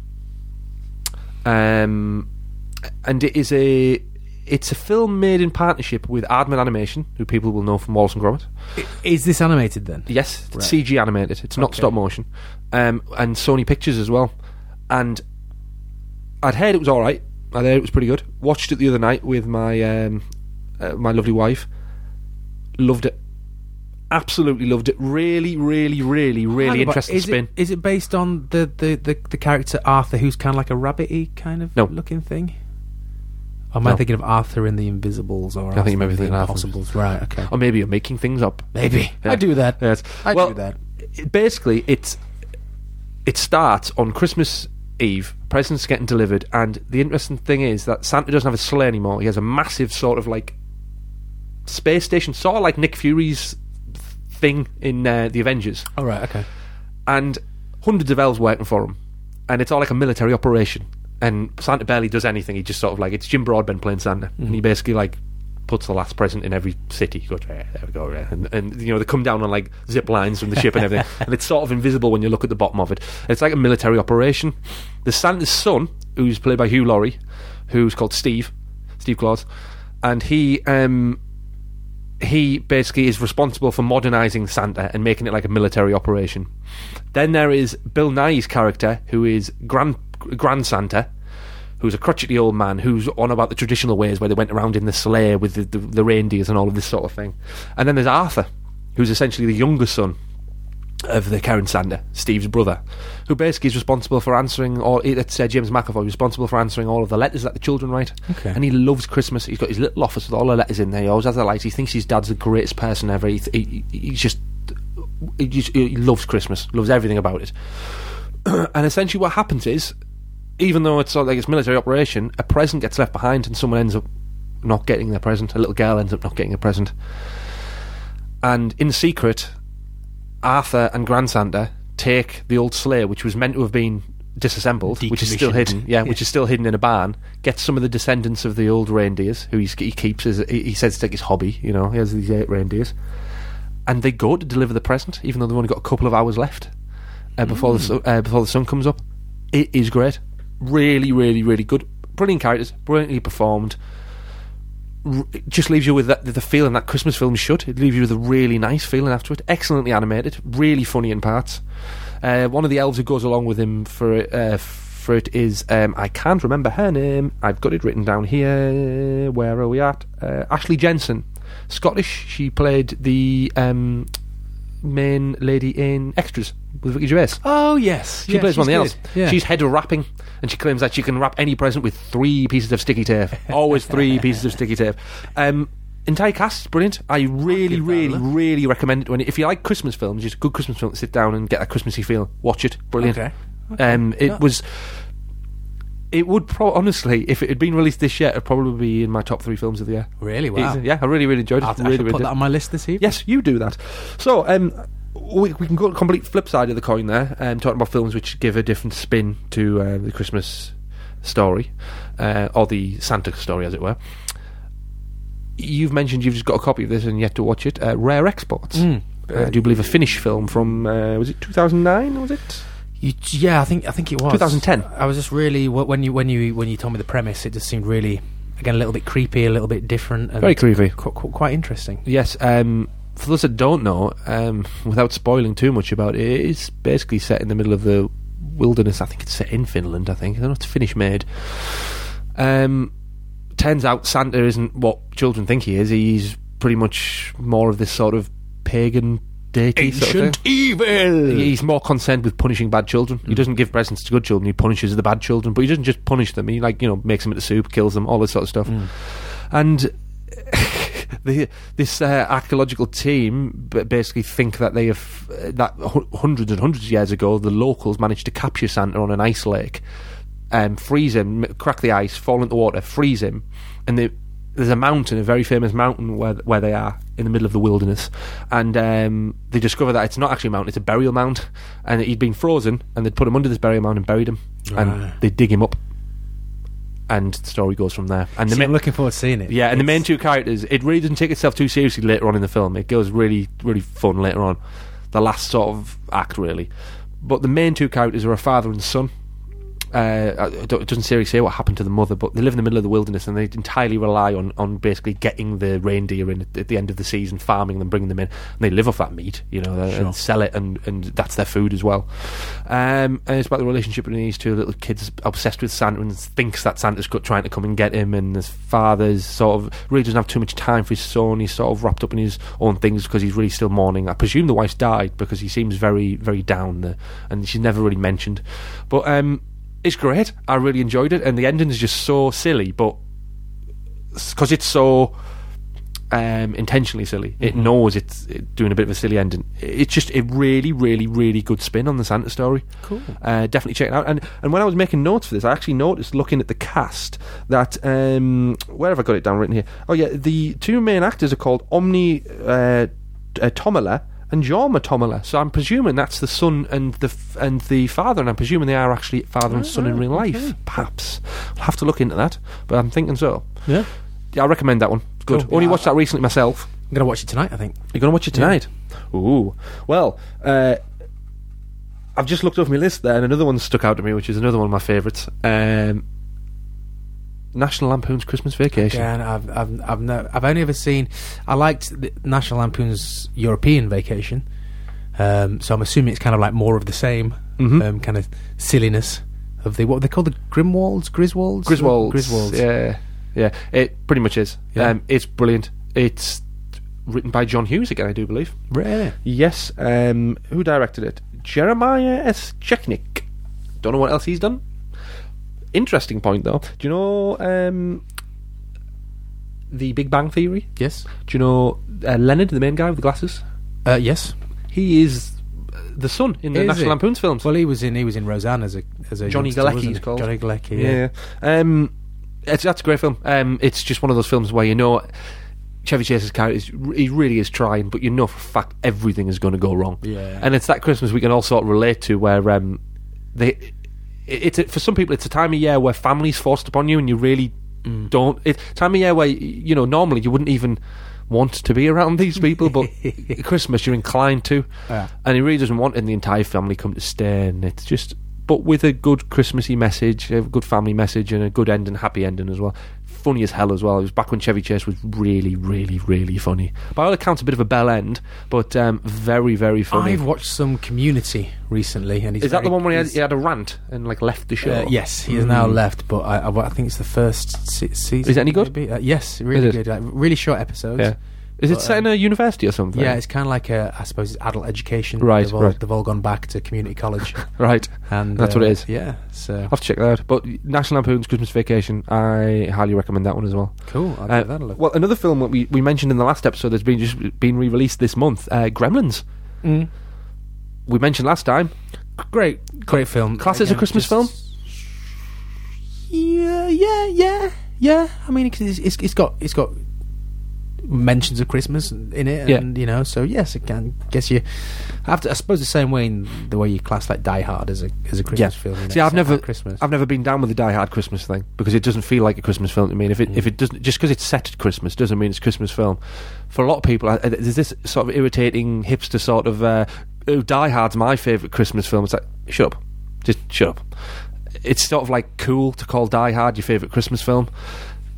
Um, and it is a it's a film made in partnership with Aardman Animation, who people will know from Wallace and Gromit. Is this animated then? Yes, it's Right. CG animated. It's not stop motion, um, and Sony Pictures as well. And I'd heard it was all right. I heard it was pretty good. Watched it the other night with my um, uh, my lovely wife. Loved it. Absolutely loved it. Really, really, really, really interesting is spin. It, is it based on the, the, the, the character Arthur, who's kind of like a rabbity kind of No. looking thing? Or am I No. thinking of Arthur in the Invisibles or I think you may be Arthur in thinking the of Arthur. Impossibles? Right. Okay. Or maybe you're making things up. Maybe Yeah. I do that. Yes. I Well, do that. it- basically it's it starts on Christmas Eve. Presents getting delivered, and the interesting thing is that Santa doesn't have a sleigh anymore. He has a massive sort of like space station, sort of like Nick Fury's thing in uh, the Avengers, All right. Okay. and hundreds of elves working for him, and it's all like a military operation. And Santa barely does anything. He just sort of like it's Jim Broadbent playing Santa, and he basically like puts the last present in every city. He goes, "Yeah, there we go, yeah." and, and you know they come down on like zip lines from the ship and everything, and it's sort of invisible when you look at the bottom of it. It's like a military operation. The Santa's son, who's played by Hugh Laurie, who's called Steve, Steve Claus, and he um, he basically is responsible for modernizing Santa and making it like a military operation. Then there is Bill Nye's character, who is grand grand Santa, who's a crotchety old man who's on about the traditional ways where they went around in the sleigh with the, the, the reindeers and all of this sort of thing. And then there's Arthur, who's essentially the younger son of the Karen Sander, Steve's brother, who basically is responsible for answering all. It's uh, James McAvoy responsible for answering all of the letters that the children write. Okay. And he loves Christmas. He's got his little office with all the letters in there. He always has the lights. He thinks his dad's the greatest person ever. He, he, he's just he, just, he loves Christmas. Loves everything about it. and essentially, what happens is, even though it's sort of like it's military operation, a present gets left behind, and someone ends up not getting their present. A little girl ends up not getting a present and in secret, Arthur and Grand Santa take the old sleigh, which was meant to have been disassembled, which is still Decommissioned. hidden. Yeah, which is still hidden in a barn. Gets some of the descendants of the old reindeers, who he's, he keeps as he he says it's like his hobby. You know, he has these eight reindeers, and they go to deliver the present, even though they've only got a couple of hours left uh, before the su- uh, before the sun comes up. It is great, really, really, really good. Brilliant characters, brilliantly performed. R- it just leaves you with that, the feeling that Christmas films should. It leaves you with a really nice feeling afterward. Excellently animated, really funny in parts. Uh, one of the elves who goes along with him for it, uh, for it is um, I can't remember her name. I've got it written down here. Where are we at? Uh, Ashley Jensen, Scottish. She played the um, main lady in Extras with Ricky Gervais. Oh yes, She plays one of the elves. Yeah. She's head of wrapping, and she claims that she can wrap any present with three pieces of sticky tape. Always three pieces of sticky tape. Um, entire cast is brilliant. I really, give that a really, look. really recommend it. When if you like Christmas films, just a good Christmas film, sit down and get that Christmassy feel. Watch it. Brilliant. Okay. Um, it Yeah. was. It would pro- honestly, if it had been released this year, it'd probably be in my top three films of the year. really wow. It's- Yeah, I really, really enjoyed it. I'll have to- I really, should really put did. that on my list this evening. Yes, you do that. So um, we, we can go to the complete flip side of the coin there, um, talking about films which give a different spin to uh, the Christmas story, uh, or the Santa story, as it were. You've mentioned you've just got a copy of this and yet to watch it. Uh, Rare Exports. Mm. Uh, I do believe a Finnish film from uh, was it 2009? Was it? You, yeah, I think I think it was 2010. I was just really wh- when you when you when you told me the premise, it just seemed really again a little bit creepy, a little bit different, and Very creepy. qu- qu- quite interesting. Yes. Um, for those that don't know, um, without spoiling too much about it, it's basically set in the middle of the wilderness. I think it's set in Finland. I think I don't know if it's Finnish made. Um, turns out Santa isn't what children think he is. He's pretty much more of this sort of pagan deity sort of thing. evil. He's more concerned with punishing bad children. He doesn't give presents to good children. He punishes the bad children, but he doesn't just punish them. He like you know makes them into soup, kills them, all this sort of stuff. And the, this uh, archaeological team b- basically think that they have uh, that hu- hundreds and hundreds of years ago the locals managed to capture Santa on an ice lake, um, freeze him, m- crack the ice, fall into water, freeze him, and they, there's a mountain, a very famous mountain where where they are in the middle of the wilderness, and um, they discover that it's not actually a mountain, it's a burial mound, and he'd been frozen, and they'd put him under this burial mound and buried him, and Right. they dig him up. And the story goes from there. And See, the ma- I'm looking forward to seeing it. yeah, and the main It's- two characters, it really doesn't take itself too seriously later on in the film. It goes really, really fun later on. The last sort of act, really. But the main two characters are a father and son. Uh, I- I don't- it doesn't seriously say what happened to the mother, but they live in the middle of the wilderness and they entirely rely on, on basically getting the reindeer in at, at the end of the season, farming them, bringing them in. And they live off that meat, you know, they- Sure. and sell it, and, and that's their food as well. Um, and it's about the relationship between these two little kids, obsessed with Santa and thinks that Santa's got, trying to come and get him. And his father's sort of really doesn't have too much time for his son. He's sort of wrapped up in his own things because he's really still mourning. I presume the wife's died because he seems very, very down there, and she's never really mentioned. But um, it's great. I really enjoyed it, and the ending is just so silly, but because it's so um, intentionally silly. It knows it's it doing a bit of a silly ending. It's just a really, really, really good spin on the Santa story. Cool. Uh, definitely check it out. And and when I was making notes for this, I actually noticed looking at the cast that um, where have I got it down written here? Oh yeah, the two main actors are called Omni uh, uh, Tomala and Jorma Tomala. So I'm presuming that's the son and the f- and the father, and I'm presuming they are actually father and son in real life. Perhaps I'll have to look into that, but I'm thinking so. Yeah, Yeah, I recommend that one. Good. Cool. Only Yeah, watched that recently myself. I'm gonna watch it tonight. I think. You're going to watch it tonight? Ooh. Well, uh, I've just looked over my list there, and another one stuck out to me, which is another one of my favourites. Um, National Lampoon's Christmas Vacation. Yeah, and I've I've I've, no, I've only ever seen. I liked the National Lampoon's European Vacation, um, so I'm assuming it's kind of like more of the same Mhm. um, kind of silliness of the what were they called the Grimwolds, Griswolds, Griswolds. Griswolds. Yeah. Yeah. It pretty much is. Yeah. Um, it's brilliant. It's written by John Hughes again, I do believe. Really? Yes. Um, who directed it? Jeremiah S. Chechnik. Don't know what else he's done. Interesting point, though. Do you know um, the Big Bang Theory? Yes. Do you know uh, Leonard, the main guy with the glasses? Uh, yes. He is uh, the son in the Is National he? Lampoon's films. Well, he was in he was in Roseanne as a as a Johnny youngster, Galecki wasn't he's he? called. Johnny Galecki. Yeah. yeah. Um, it's, that's a great film. Um, it's just one of those films where you know Chevy Chase's character is, he really is trying, but you know for a fact everything is going to go wrong. Yeah. and it's that Christmas we can all sort of relate to where um, they it, it's a, for some people it's a time of year where family's forced upon you and you really Mm. don't. It's time of year where you know normally you wouldn't even want to be around these people, but at Christmas you're inclined to, Yeah. and he really doesn't want in the entire family come to stay, and it's just. But with a good Christmassy message, a good family message, and a good end and happy ending as well. Funny as hell as well. It was back when Chevy Chase was really, really, really funny. By all accounts, a bit of a bell end, but um, very, very funny. I've watched some Community recently, and he's Is that very- the one where he had, he's- he had a rant and like left the show? Hmm. Uh, yes, he has now left, but I, I, I think it's the first se- season. Is it any good? maybe. Uh, yes, really Is it? good. Like, really short episodes. Yeah. Is it But, um, set in a university or something? Yeah, it's kind of like a, I suppose, it's adult education. Right, they've all, right. They've all gone back to community college, right. and That's uh, what it is. Oh, Yeah, so I'll have to check that out. But National Lampoon's Christmas Vacation, I highly recommend that one as well. cool. I'll Uh, give that a look. Well, another film that we, we mentioned in the last episode that's been just been re released this month, uh, Gremlins. Mm. We mentioned last time. Great, great film. Class as a Christmas film? Yeah, yeah, yeah, yeah. I mean, it's, it's, it's got it's got mentions of Christmas in it, Yeah. and you know, so yes, it can. Guess you have to. I suppose the same way in the way you class like Die Hard as a as a Christmas Yeah. film. you know, See, I've it's not never- about Christmas. I've never been down with the Die Hard Christmas thing because it doesn't feel like a Christmas film to me. And if it if it doesn't just because it's set at Christmas doesn't mean it's a Christmas film. For a lot of people, I, I- there's this sort of irritating hipster sort of uh, oh, Die Hard's my favorite Christmas film. It's like shut up, just shut up. It's sort of like cool to call Die Hard your favorite Christmas film.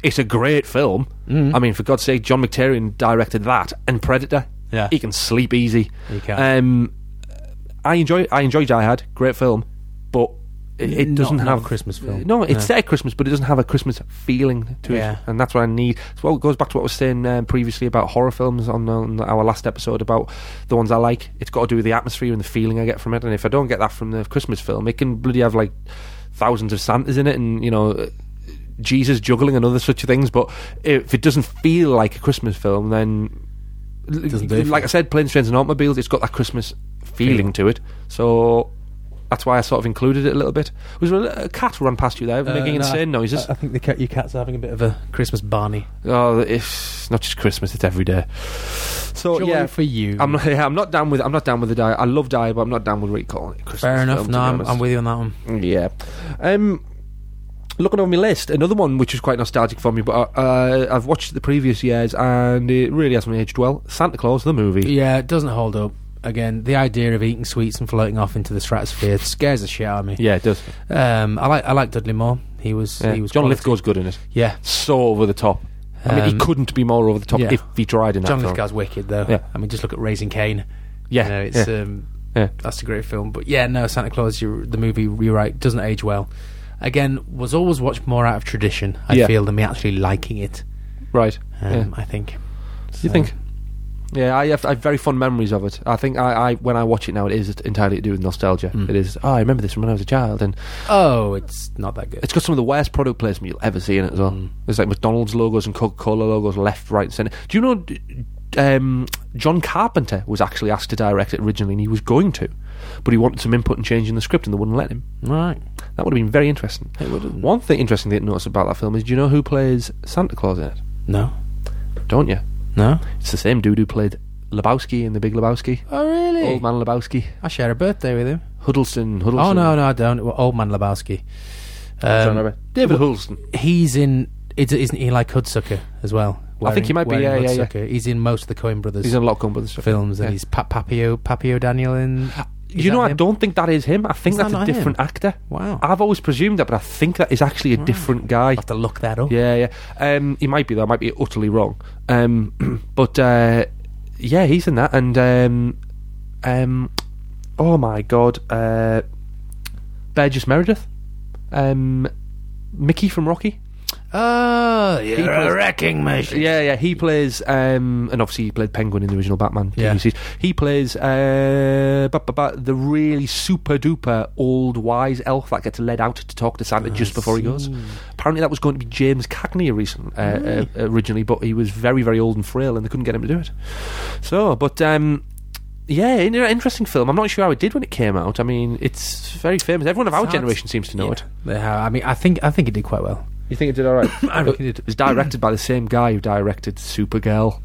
It's a great film. I mean, for God's sake, John McTiernan directed that and Predator. Yeah. he can sleep easy. He can. Um, I enjoy I enjoy Die Hard, great film, but it, it Not- doesn't not have a Christmas film. No, it's No. set at Christmas, but it doesn't have a Christmas feeling to Yeah. it, and that's what I need. So it goes back to what I was saying um, previously about horror films on, on our last episode about the ones I like. It's got to do with the atmosphere and the feeling I get from it, and if I don't get that from the Christmas film, it can bloody have like thousands of Santas in it, and you know. Jesus juggling and other such things, but if it doesn't feel like a Christmas film, then Doesn't do it for like I you. said, planes, trains, and automobiles. It's got that Christmas feeling to it, so that's why I sort of included it a little bit. Was there a, a cat run past you there, Uh, making insane noises? I, think the cat, your cat's having a bit of a Christmas Barney. oh, it's not just Christmas; it's every day. So Joy yeah, for you. I'm not. Yeah, I'm not down with. I'm not down with the die. I love die, but I'm not down with recalling it. a Christmas Fair enough. film, No, to be I'm, honest. I'm with you on that one. Yeah. Um, looking over my list, another one which was quite nostalgic for me, but uh, I've watched the previous years and it really hasn't aged well. Santa Claus the movie. Yeah, it doesn't hold up. Again, the idea of eating sweets and floating off into the stratosphere scares the shit out of me. Yeah, it does. Um, I like I like Dudley Moore. He was Yeah. he was John quality. Lithgow's good in it. Yeah, So over the top. I mean, he Um, couldn't be more over the top yeah. if he tried in that John film. Lithgow's wicked though. Yeah. I mean, just look at Raising Cain. Yeah, uh, you know, it's yeah, um, yeah. that's a great film. But yeah, no, Santa Claus, you're, the movie you're right doesn't age well. Again, was always watched more out of tradition. I Yeah. feel than me actually liking it. right. Um, yeah. I think. You think? Yeah, I have, I have very fond memories of it. I think I, I when I watch it now, it is entirely to do with nostalgia. It is. Oh, I remember this from when I was a child, and Oh, it's not that good. It's got some of the worst product placement you'll ever see in it as well. Mm. There's like McDonald's logos and Coca Cola logos left, right, and centre. Do you know d- um, John Carpenter was actually asked to direct it originally, and he was going to, but he wanted some input and change in the script, and they wouldn't let him. Right. That would have been very interesting. It wouldn't. One thing interesting thing to notice about that film is, do you know who plays Santa Claus in it? No. Don't you? No. It's the same dude who played Lebowski in The Big Lebowski, Oh really? Old Man Lebowski, I share a birthday with him. Huddleston. Huddleston. Oh no, no, I don't. Well, old man Lebowski. John Um, Robert. David Huddleston. he's in. It's, isn't he like Hudsucker as well? I think he might be, wearing yeah, yeah, yeah. Hudsucker. He's in most of the Coen Brothers He's in a lot of Gumbo and stuff. films, and Yeah. he's Pat Papio Papio Daniel in. is you know, that I him? don't think that is him. I think Is that that's a not him? different actor. Wow. I've always presumed that, but I think that is actually a different guy. I'll have to look that up. Yeah, yeah. Um, he might be though. I might be utterly wrong. Um, but uh, yeah, he's in that. And um, um, oh my god, uh, Burgess Meredith, um, Mickey from Rocky. Oh, you're plays- a wrecking machine. Yeah, yeah. He plays, um, and obviously he played Penguin in the original Batman. Yeah. series. He plays uh, ba- ba- ba- the really super duper old wise elf that gets led out to talk to Santa just before he goes. Apparently that was going to be James Cagney recent, uh, uh, originally, but he was very, very old and frail, and they couldn't get him to do it. So, but. Um, yeah, in- uh, interesting film. I'm not sure how it did when it came out. I mean, it's very famous. Everyone of our It's hard- generation seems to know Yeah. it. They have- I mean, I think I think it did quite well. You think it did all right? I reckon it did. It was directed by the same guy who directed Supergirl.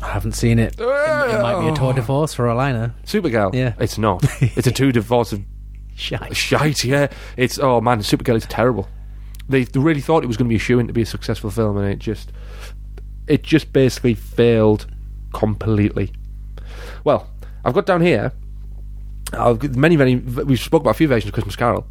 I haven't seen it. It, it might be a Oh. tour de force for all I know. Supergirl. Yeah. it's not. It's a two divorce of Shite. shite. Yeah, it's oh man, Supergirl is terrible. They they really thought it was going to be a shoe in to be a successful film, and it just it just basically failed completely. Well, I've got down here. I've got many many. We've spoke about a few versions of Christmas Carol.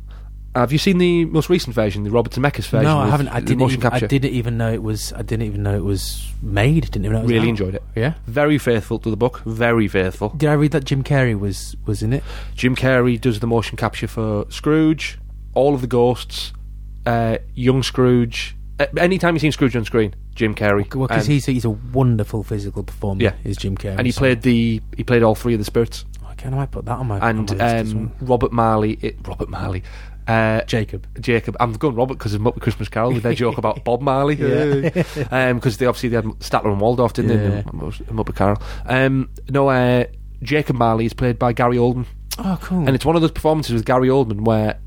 Have you seen the most recent version, the Robert Zemeckis version? No, I with haven't. I the didn't. motion Even, I capture? didn't even know it was. I didn't even know it was made. Didn't even know. It was Really out. enjoyed it. Yeah. Very faithful to the book. Very faithful. Did I read that Jim Carrey was was in it? Jim Carrey does the motion capture for Scrooge, all of the ghosts, uh, young Scrooge. Uh, anytime you've seen Scrooge on screen, Jim Carrey. Well, because Um, he's he's a wonderful physical performer. Yeah. is Jim Carrey. and he so- played the he played all three of the spirits. Okay, I might put that on my on And my list as um, well. Robert Marley, it, Robert Marley, uh, Jacob. Jacob. I'm going Robert because of Muppet Christmas Carol with their joke about Bob Marley. Because they obviously they had Statler and Waldorf, didn't they? Yeah. in Muppet Carol. Um, no, uh, Jacob Marley is played by Gary Oldman. Oh, cool. And it's one of those performances with Gary Oldman where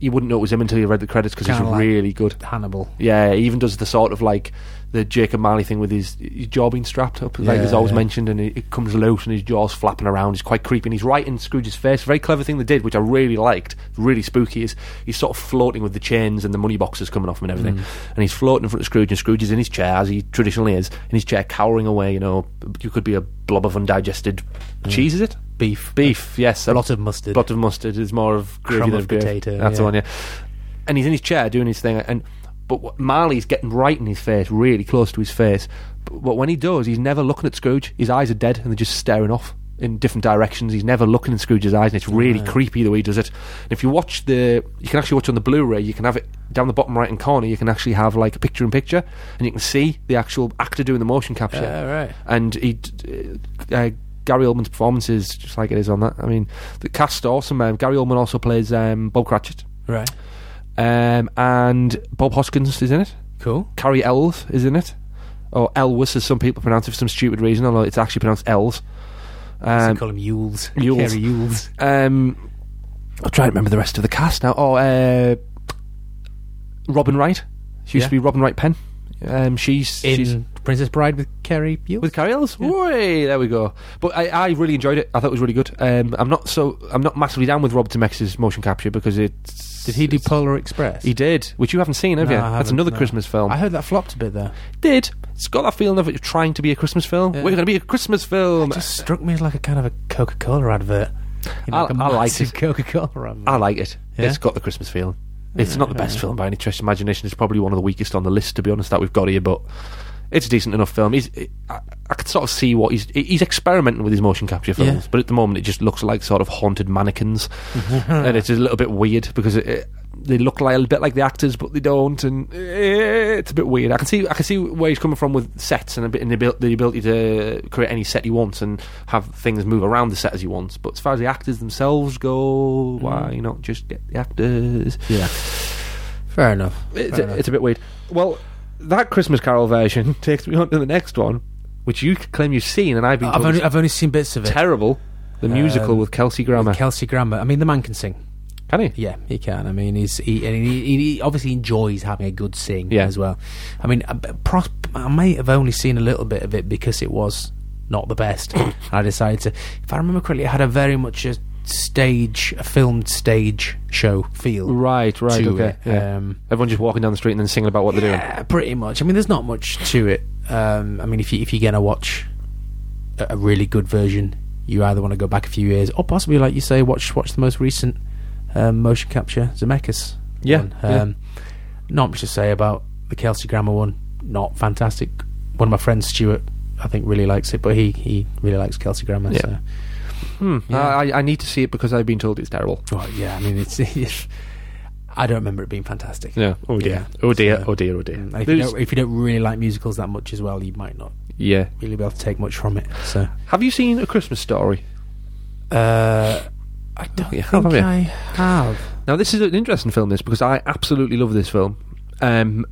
you wouldn't know it was him until you read the credits because he's Kinda like- really good. Hannibal. Yeah, he even does the sort of like the Jacob Marley thing with his, his jaw being strapped up, like is Yeah. always mentioned, and it, it comes loose and his jaw's flapping around. He's quite creepy. And he's right in Scrooge's face. Very clever thing they did, which I really liked, really spooky, is he's sort of floating with the chains and the money boxes coming off him and everything. Mm. And he's floating in front of Scrooge, and Scrooge is in his chair, as he traditionally is, in his chair, cowering away. You know, you could be a blob of undigested Mm. cheese, is it? Beef. Beef, yes. A lot of mustard. Blot of mustard is more of gravy Crumb than of gravy. potato, That's the yeah. one, yeah. And he's in his chair doing his thing, and but what, Marley's getting right in his face, really close to his face. But, but when he does, he's never looking at Scrooge. His eyes are dead, and they're just staring off in different directions. He's never looking in Scrooge's eyes, and it's really creepy the way he does it. And if you watch the, you can actually watch on the Blu-ray. You can have it down the bottom right hand corner. You can actually have like a picture in picture, and you can see the actual actor doing the motion capture Yeah, right. and he d- uh, Gary Oldman's performance is just like it is on that. I mean, the cast are awesome. Um, Gary Oldman also plays um, Bob Cratchit, Right. um, and Bob Hoskins is in it. Cool. Carrie Ells is in it, or Elwes as some people pronounce it for some stupid reason, although it's actually pronounced Ells. Um, Um, call him Yules. Yules. Carrey Yules. um, I'll try to remember the rest of the cast now. Oh, uh, Robin Wright. She used Yeah. to be Robin Wright Penn. Um, she's In she's Princess Bride with Carrey Yules. with Carrie Ells. Whey, there we go. But I, I really enjoyed it. I thought it was really good. Um, I'm not so I'm not massively down with Rob Zemeckis' motion capture because it's Did he do it's- Polar Express? He did, which you haven't seen, have No, you? I That's haven't, another no. Christmas film. I heard that flopped a bit though. did. It's got that feeling of it trying to be a Christmas film. Yeah. We're going to be a Christmas film. It just struck me as like a kind of a Coca Cola advert. You I- know, like a I like massive it. Coca Cola advert. I like it. Yeah? It's got the Christmas feeling. It's not the best film by any stretch of imagination. It's probably one of the weakest on the list, to be honest, that we've got here. But it's a decent enough film. He's, I, I can sort of see what he's he's experimenting with his motion capture films, Yeah. but at the moment it just looks like sort of haunted mannequins, and it's a little bit weird because it, it, they look like a bit like the actors, but they don't, and eh, it's a bit weird. I can see I can see where he's coming from with sets and a bit and the, abil- the ability to create any set he wants and have things move around the set as he wants. But as far as the actors themselves go, why Mm. not just get the actors? yeah. Fair enough. It's, Fair enough. it's a bit weird. Well, that Christmas Carol version takes me on to the next one, which you claim you've seen, and I've been I've told only it's I've only seen bits of it. Um, terrible. The musical with Kelsey Grammer. With Kelsey Grammer. I mean, the man can sing. Can he? Yeah, he can. I mean, he's he, and he, he he obviously enjoys having a good sing Yeah. as well. I mean, I, pro- I may have only seen a little bit of it because it was not the best. and I decided to, if I remember correctly, it had a very much a stage, a filmed stage show feel. Right, right, To okay. it, yeah. um, Everyone just walking down the street and then singing about what they're doing. Yeah, pretty much. I mean, there's not much to it. Um, I mean, if you if you're gonna watch a, a really good version, you either want to go back a few years, or possibly, like you say, watch watch the most recent um, motion capture Zemeckis. Yeah, one. yeah. Um, Not much to say about the Kelsey Grammer one. Not fantastic. One of my friends, Stuart, I think, really likes it, but he he really likes Kelsey Grammer. Yeah. So. Hmm. Yeah. I, I need to see it because I've been told it's terrible. Well, yeah. I mean, it's. I don't remember it being fantastic. Yeah. Oh dear. Yeah. Mm, Oh dear. So- oh dear. Oh dear. And if you, There's- don't, if you don't really like musicals that much as well, you might not yeah. really be able to take much from it. So Have you seen A Christmas Story? uh, I don't You have, think have you? I have. Now this is an interesting film. This because I absolutely love this film. Um.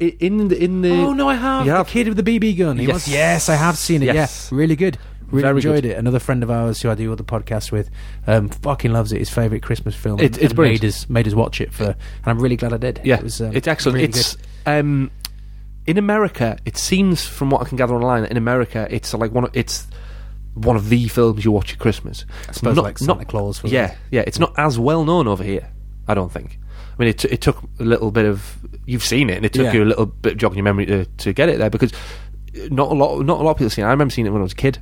i- In the in the Oh no, I have. You the have? kid with the BB gun. He Yes. was- yes I have seen it. Yes. Yes, really good. Really Very enjoyed good. it. Another friend of ours who I do other podcasts with, um, fucking loves it. His favorite Christmas film. It's- and- it's and brilliant. made us made us watch it for, and I'm really glad I did. Yeah, It was, um, it's excellent. really it's um, in America. It seems, from what I can gather online, that in America it's like one. Of, it's one of the films you watch at Christmas. I suppose like Santa Claus was- yeah, yeah. It's not as well known over here. I don't think. I mean, it, t- it took a little bit of you've seen it, and it took Yeah. you a little bit of jogging your memory to, to get it there because not a lot, not a lot of people have seen it. I remember seeing it when I was a kid.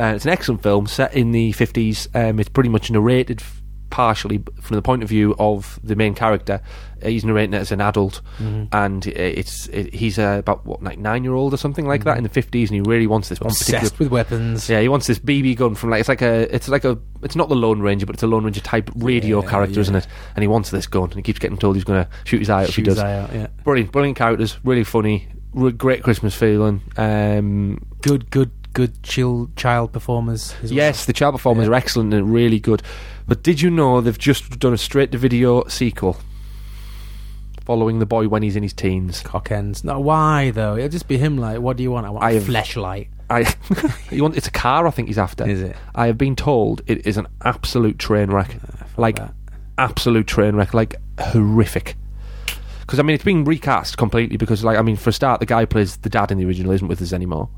Uh, it's an excellent film set in the fifties. Um, it's pretty much narrated f- partially b- from the point of view of the main character. Uh, he's narrating it as an adult, and i it's it, he's uh, about what like nine year old or something like that in the fifties, and he really wants this one particular obsessed with weapons. yeah, he wants this BB gun from like it's like a it's like a it's not the Lone Ranger, but it's a Lone Ranger type radio Yeah, character, yeah. isn't it? And he wants this gun, and he keeps getting told he's going to shoot his eye out if he Shoot his does. eye out, yeah. Brilliant, brilliant characters, really funny, re- great Christmas feeling. Um, Good, good, good. Chill child performers. is yes, the child performers Yeah. are excellent and really good. But did you know they've just done a straight to video sequel following the boy when he's in his teens? awesome. cock ends. No, why though? It'll just be him. Like, what do you want? I want I a have- flashlight. I, you want, it's a car, I think he's after. Is it? I have been told it is an absolute train wreck, Uh, like that. absolute train wreck, like horrific. Because I mean, it's been recast completely. Because like, I mean, for a start, the guy who plays the dad in the original isn't with us anymore.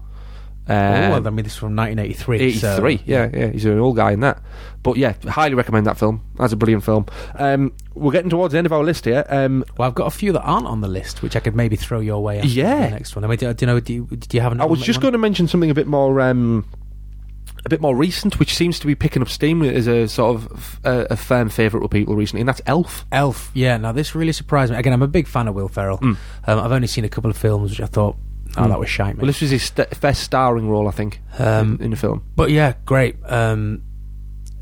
oh, Um, well, I mean, this is from 1983. so- 83 yeah yeah he's an old guy in that but yeah highly recommend that film that's a brilliant film um, we're getting towards the end of our list here um, Well, I've got a few that aren't on the list, which I could maybe throw your way. After Yeah. The next one. I mean, do, do you know? Do you, did you have I another? was just going to mention something a bit more, um, a bit more recent, which seems to be picking up steam as a sort of f- a, a firm favourite with people recently, and that's Elf. Elf. Yeah. Now this really surprised me. Again, I'm a big fan of Will Ferrell. Mm. Um, I've only seen a couple of films, which I thought, oh, that was shite. mate. Well, this was his st- first starring role, I think, Um, in, in the film. But yeah, great. Um,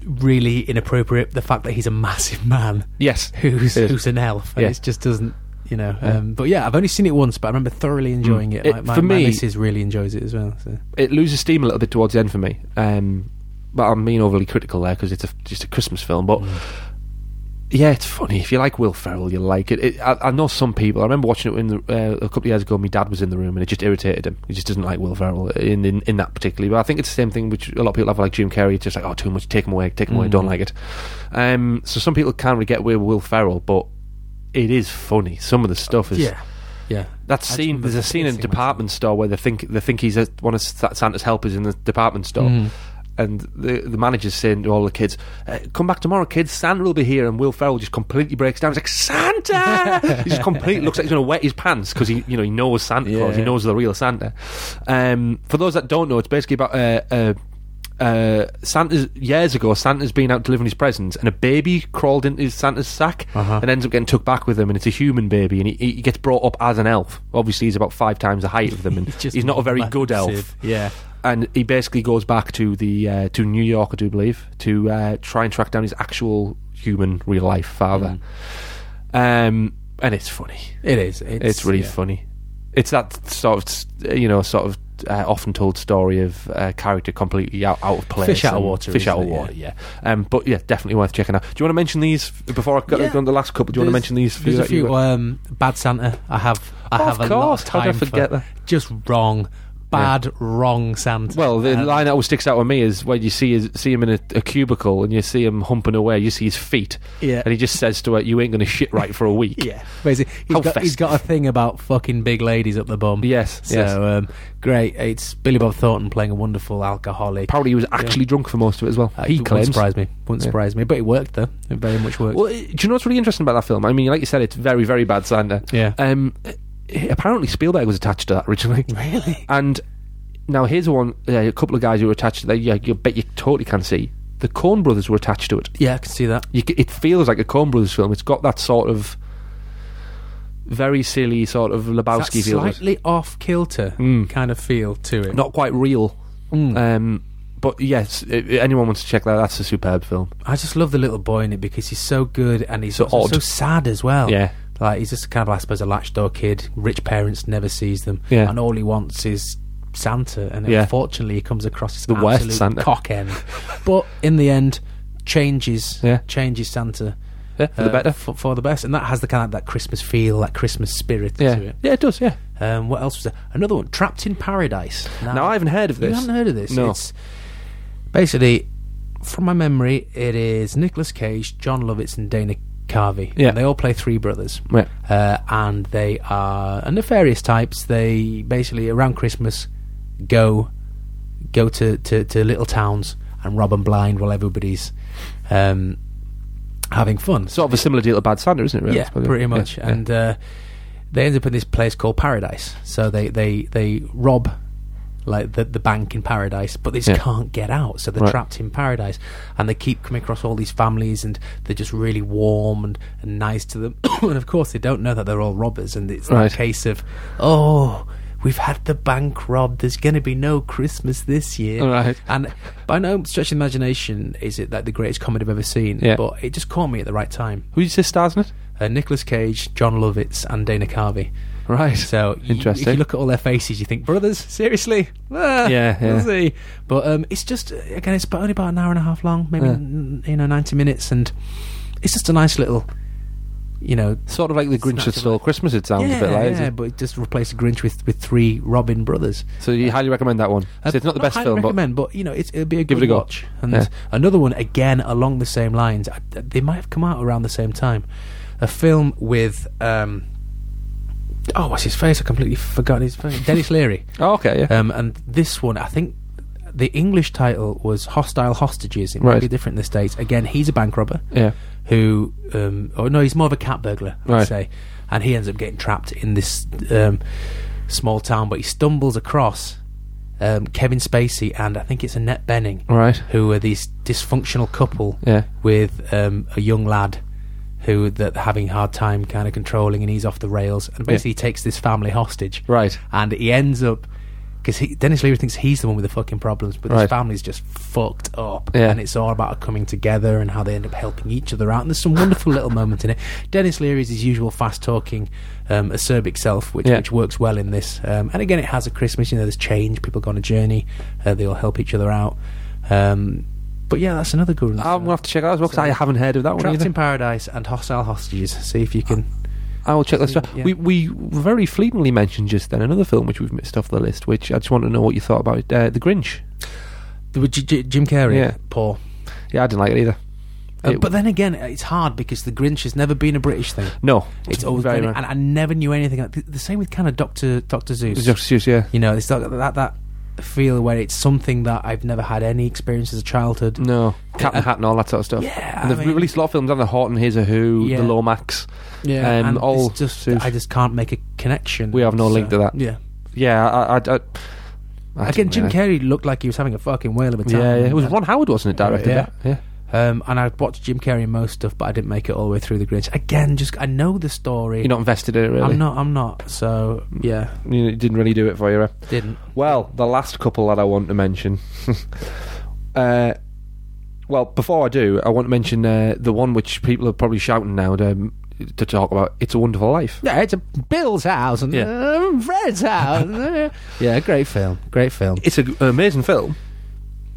really inappropriate. The fact that he's a massive man Yes, who's Yes. who's an elf, and Yeah. it just doesn't. You know, um, but yeah, I've only seen it once, but I remember thoroughly enjoying Mm. it. It- my, my, for my me- missus really enjoys it as well. So. it loses steam a little bit towards the end for me. Um, but I'm being overly critical there because it's a, just a Christmas film. But Mm. yeah, it's funny. If you like Will Ferrell, you'll like it. it I, I know some people. I remember watching it in the, uh, a couple of years ago. My dad was in the room, and it just irritated him. He just doesn't like Will Ferrell in, in in that particularly. But I think it's the same thing which a lot of people have like Jim Carrey. It's just like oh, too much. Take him away. Take him away. Don't like it. Um, so some people can't really get away with Will Ferrell, but it is funny. Some of the stuff is yeah. that just scene, remember there's a scene in a facing department store where they think they think he's a, one of Sa- Santa's helpers in the department store, and the the manager's saying to all the kids, uh, "Come back tomorrow, kids. Santa will be here." And Will Ferrell just completely breaks down. He's like, "Santa!" he just completely looks like he's going to wet his pants because he you know he knows Santa Claus, he Yeah. knows the real Santa. Um, for those that don't know, it's basically about uh, uh, uh, Santa's years ago. Santa's been out delivering his presents, and a baby crawled into Santa's sack Uh-huh. and ends up getting took back with him. And it's a human baby, and he, he gets brought up as an elf. Obviously, he's about five times the height of them, and he's, just not a very good elf. massive. Yeah. And he basically goes back to the uh, to New York, I do believe, to uh, try and track down his actual human real life father. Mm. Um, and it's funny. It is. It's, It's, really yeah. funny. It's that sort of you know sort of uh, often told story of a character completely out, out of place, Fish out of and water, fish out of isn't it? water. Yeah, um, but yeah, definitely worth checking out. Do you want to mention these before I go Yeah. go on the last couple? Do you want to There's- mention these? There's a that you few. got? Um, bad Santa. I have. I Oh, have of a lot course. of How time did I forget for that? just wrong, bad, wrong Santa. Well, the Um, line that always sticks out with me is when you see his, see him in a, a cubicle and you see him humping away, you see his feet, Yeah. and he just says to her, "You ain't going to shit right for a week." Yeah, basically, How he's got, he's festive. got a thing about fucking big ladies up the bum. Yes, so yes. Um, great. It's Billy Bob Thornton playing a wonderful alcoholic. Apparently, he was actually drunk for most of it as well. Uh, he it claims. Wouldn't surprise me. Wouldn't Yeah. surprise me. But it worked though. It very much worked. Well, eh, do you know what's really interesting about that film? I mean, like you said, it's very, very bad Santa. Yeah. Um, eh, apparently, Spielberg was attached to that originally. really? And now here's one. Uh, a couple of guys who were attached to that. Yeah, you bet you totally can see the Coen Brothers were attached to it. Yeah, I can see that. You, c- it feels like a Coen Brothers film. It's got that sort of very silly sort of That Lebowski feel. slightly off kilter Mm. kind of feel to it. Not quite real. Mm. Um, but yes, i- i- anyone wants to check that? That's a superb film. I just love the little boy in it because he's so good and he's So so, odd. so sad as well. Yeah. Like he's just kind of I suppose a latchdoor kid. Rich parents never sees them. Yeah. And all he wants is Santa and Yeah. unfortunately he comes across as The worst absolute Santa. cock end. but in the end changes Yeah. changes Santa Yeah, for the uh, better. for, for the best. And that has the kind of that Christmas feel, that Christmas spirit Yeah, to it. yeah, it does. Yeah. Um, what else was there? Another one, Trapped in Paradise. Now I haven't heard of You this. haven't heard of this? No. It's, Basically, from my memory, it is Nicolas Cage, John Lovitz, and Dana Carvey. Yeah. They all play three brothers. Yeah. Uh, and they are nefarious types. They basically, around Christmas, go go to, to, to little towns and rob and blind while everybody's um, having fun. Sort of a similar deal to Bad Santa, isn't it? Really? Yeah, pretty much. And uh, they end up in this place called Paradise. So they they they rob like the the bank in Paradise, but they just Yeah. can't get out. So they're Right. trapped in Paradise, and they keep coming across all these families, and they're just really warm and, and nice to them. and of course, they don't know that they're all robbers, and it's Right. that case of oh. We've had the bank robbed. There's going to be no Christmas this year. Right. And by no stretch of the imagination is it like the greatest comedy I've ever seen. Yeah. But it just caught me at the right time Who's this stars in it? uh, Nicolas Cage, John Lovitz, and Dana Carvey. Right. So y- Interesting. if you look at all their faces, you think, brothers, seriously? Ah, Yeah, yeah. we'll see. But um, it's just uh, again, it's about- only about an hour and a half long, maybe Yeah. n- you know, ninety minutes, and it's just a nice little, you know, sort of like the Grinch that Snatch stole Christmas. It sounds yeah, a bit like. yeah, isn't it? but it just replace Grinch with with three Robin brothers. So you highly recommend that one. Uh, So it's not the best highly film, but recommend, but you know, it's, it'll be a Give good it a go. watch. And Yeah. another one again along the same lines. I, they might have come out around the same time. A film with um, oh, what's his face? I completely forgot his face. Dennis Leary. oh, okay, yeah. Um, and this one, I think the English title was Hostile Hostages. It might Right. be different in the states. Again, he's a bank robber yeah, who, um, oh no, he's more of a cat burglar, I'd Right. say, and he ends up getting trapped in this um, small town, but he stumbles across um, Kevin Spacey and I think it's Annette Benning, right, who are these dysfunctional couple yeah, with um, a young lad who that having a hard time kind of controlling, and he's off the rails, and basically he takes this family hostage, right. and he ends up. Because Dennis Leary thinks he's the one with the fucking problems, but Right. his family's just fucked up. Yeah. And it's all about coming together and how they end up helping each other out. And there's some wonderful little moments in it. Dennis Leary is his usual fast talking, um, acerbic self, which, Yeah. which works well in this. Um, and again, it has a Christmas, you know, there's change, people go on a journey, uh, they all help each other out. Um, but yeah, that's another good one. I'm gonna have to check that as well because I haven't heard of that one Trapped either. in Paradise and Hostile Hostages. See if you can. I will check that. stuff. Yeah. We we very fleetingly mentioned just then another film which we've missed off the list, which I just want to know what you thought about it. Uh, the Grinch. With J- J- Jim Carrey, Yeah. poor. Yeah, I didn't like it either. Uh, It- but then again, it's hard because the Grinch has never been a British thing. No, It's always very been, much- and I never knew anything. Like, the, the same with kind of Doctor Doctor Zeus. It's just- it's- yeah. you know, it's that, that that feel where it's something that I've never had any experience as a childhood. No, Cat in the Uh, Hat and all that sort of stuff. Yeah, Mm. and I they've mean- released a lot of films. And the Horton, Here's a Who, Yeah. the Lomax. Yeah, Um, and all it's just Zeus. I just can't make a connection. We have no link to that. Yeah, Yeah, I, I, I, I again, didn't Jim really- Carrey looked like he was having a fucking whale of a time. Yeah, yeah, it was Ron Howard, wasn't it? Directed Yeah. that. Yeah, Um, and I watched Jim Carrey in most stuff, but I didn't make it all the way through the Grinch. Again, just I know the story. you're not invested in it really. Mm. I'm not. I'm not. So yeah, You didn't really do it for you. eh? didn't. Well, the last couple that I want to mention. uh, well, before I do, I want to mention uh, the one which people are probably shouting now to, to talk about. It's a Wonderful Life. Yeah, it's a Bill's house and Yeah. uh, Fred's house. uh. yeah, great film. Great film. It's a, an amazing film,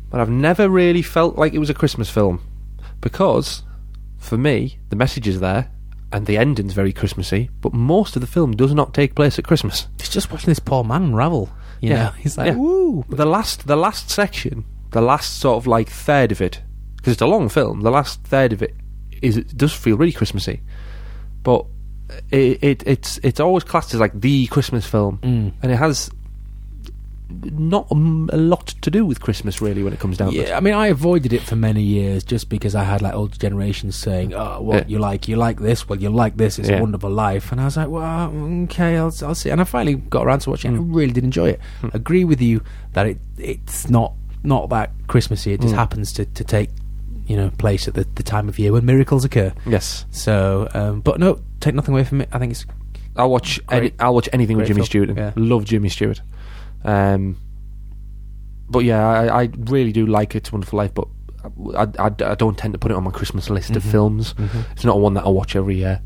but I've never really felt like it was a Christmas film because, for me, the message is there and the ending's very Christmassy, but most of the film does not take place at Christmas. It's just watching this poor man unravel. You Yeah. know, he's like, Yeah. woo. the last the last section, the last sort of like third of it, because it's a long film. The last third of it is it does feel really Christmassy, but it, it it's it's always classed as like the Christmas film, Mm. and it has not um, a lot to do with Christmas really when it comes down. to it. Yeah, I mean, I avoided it for many years just because I had like older generations saying, "Oh, what Yeah. you like, you like this. Well, you like this. It's Yeah. a wonderful life." And I was like, "Well, okay, I'll, I'll see." And I finally got around to watching it. and I really did enjoy it. Agree with you that it it's not not that Christmassy. It just happens to, to take you know place at the, the time of year when miracles occur. Yes, So, um, but no, take nothing away from it. I think it's I'll watch any, Great- I'll watch anything with great Jimmy film, Stewart. yeah. Love Jimmy Stewart. Um, but yeah, I, I really do like It's a Wonderful Life, but I, I- I don't tend to put it on my Christmas list Mm-hmm. of films. It's not one that I watch every year.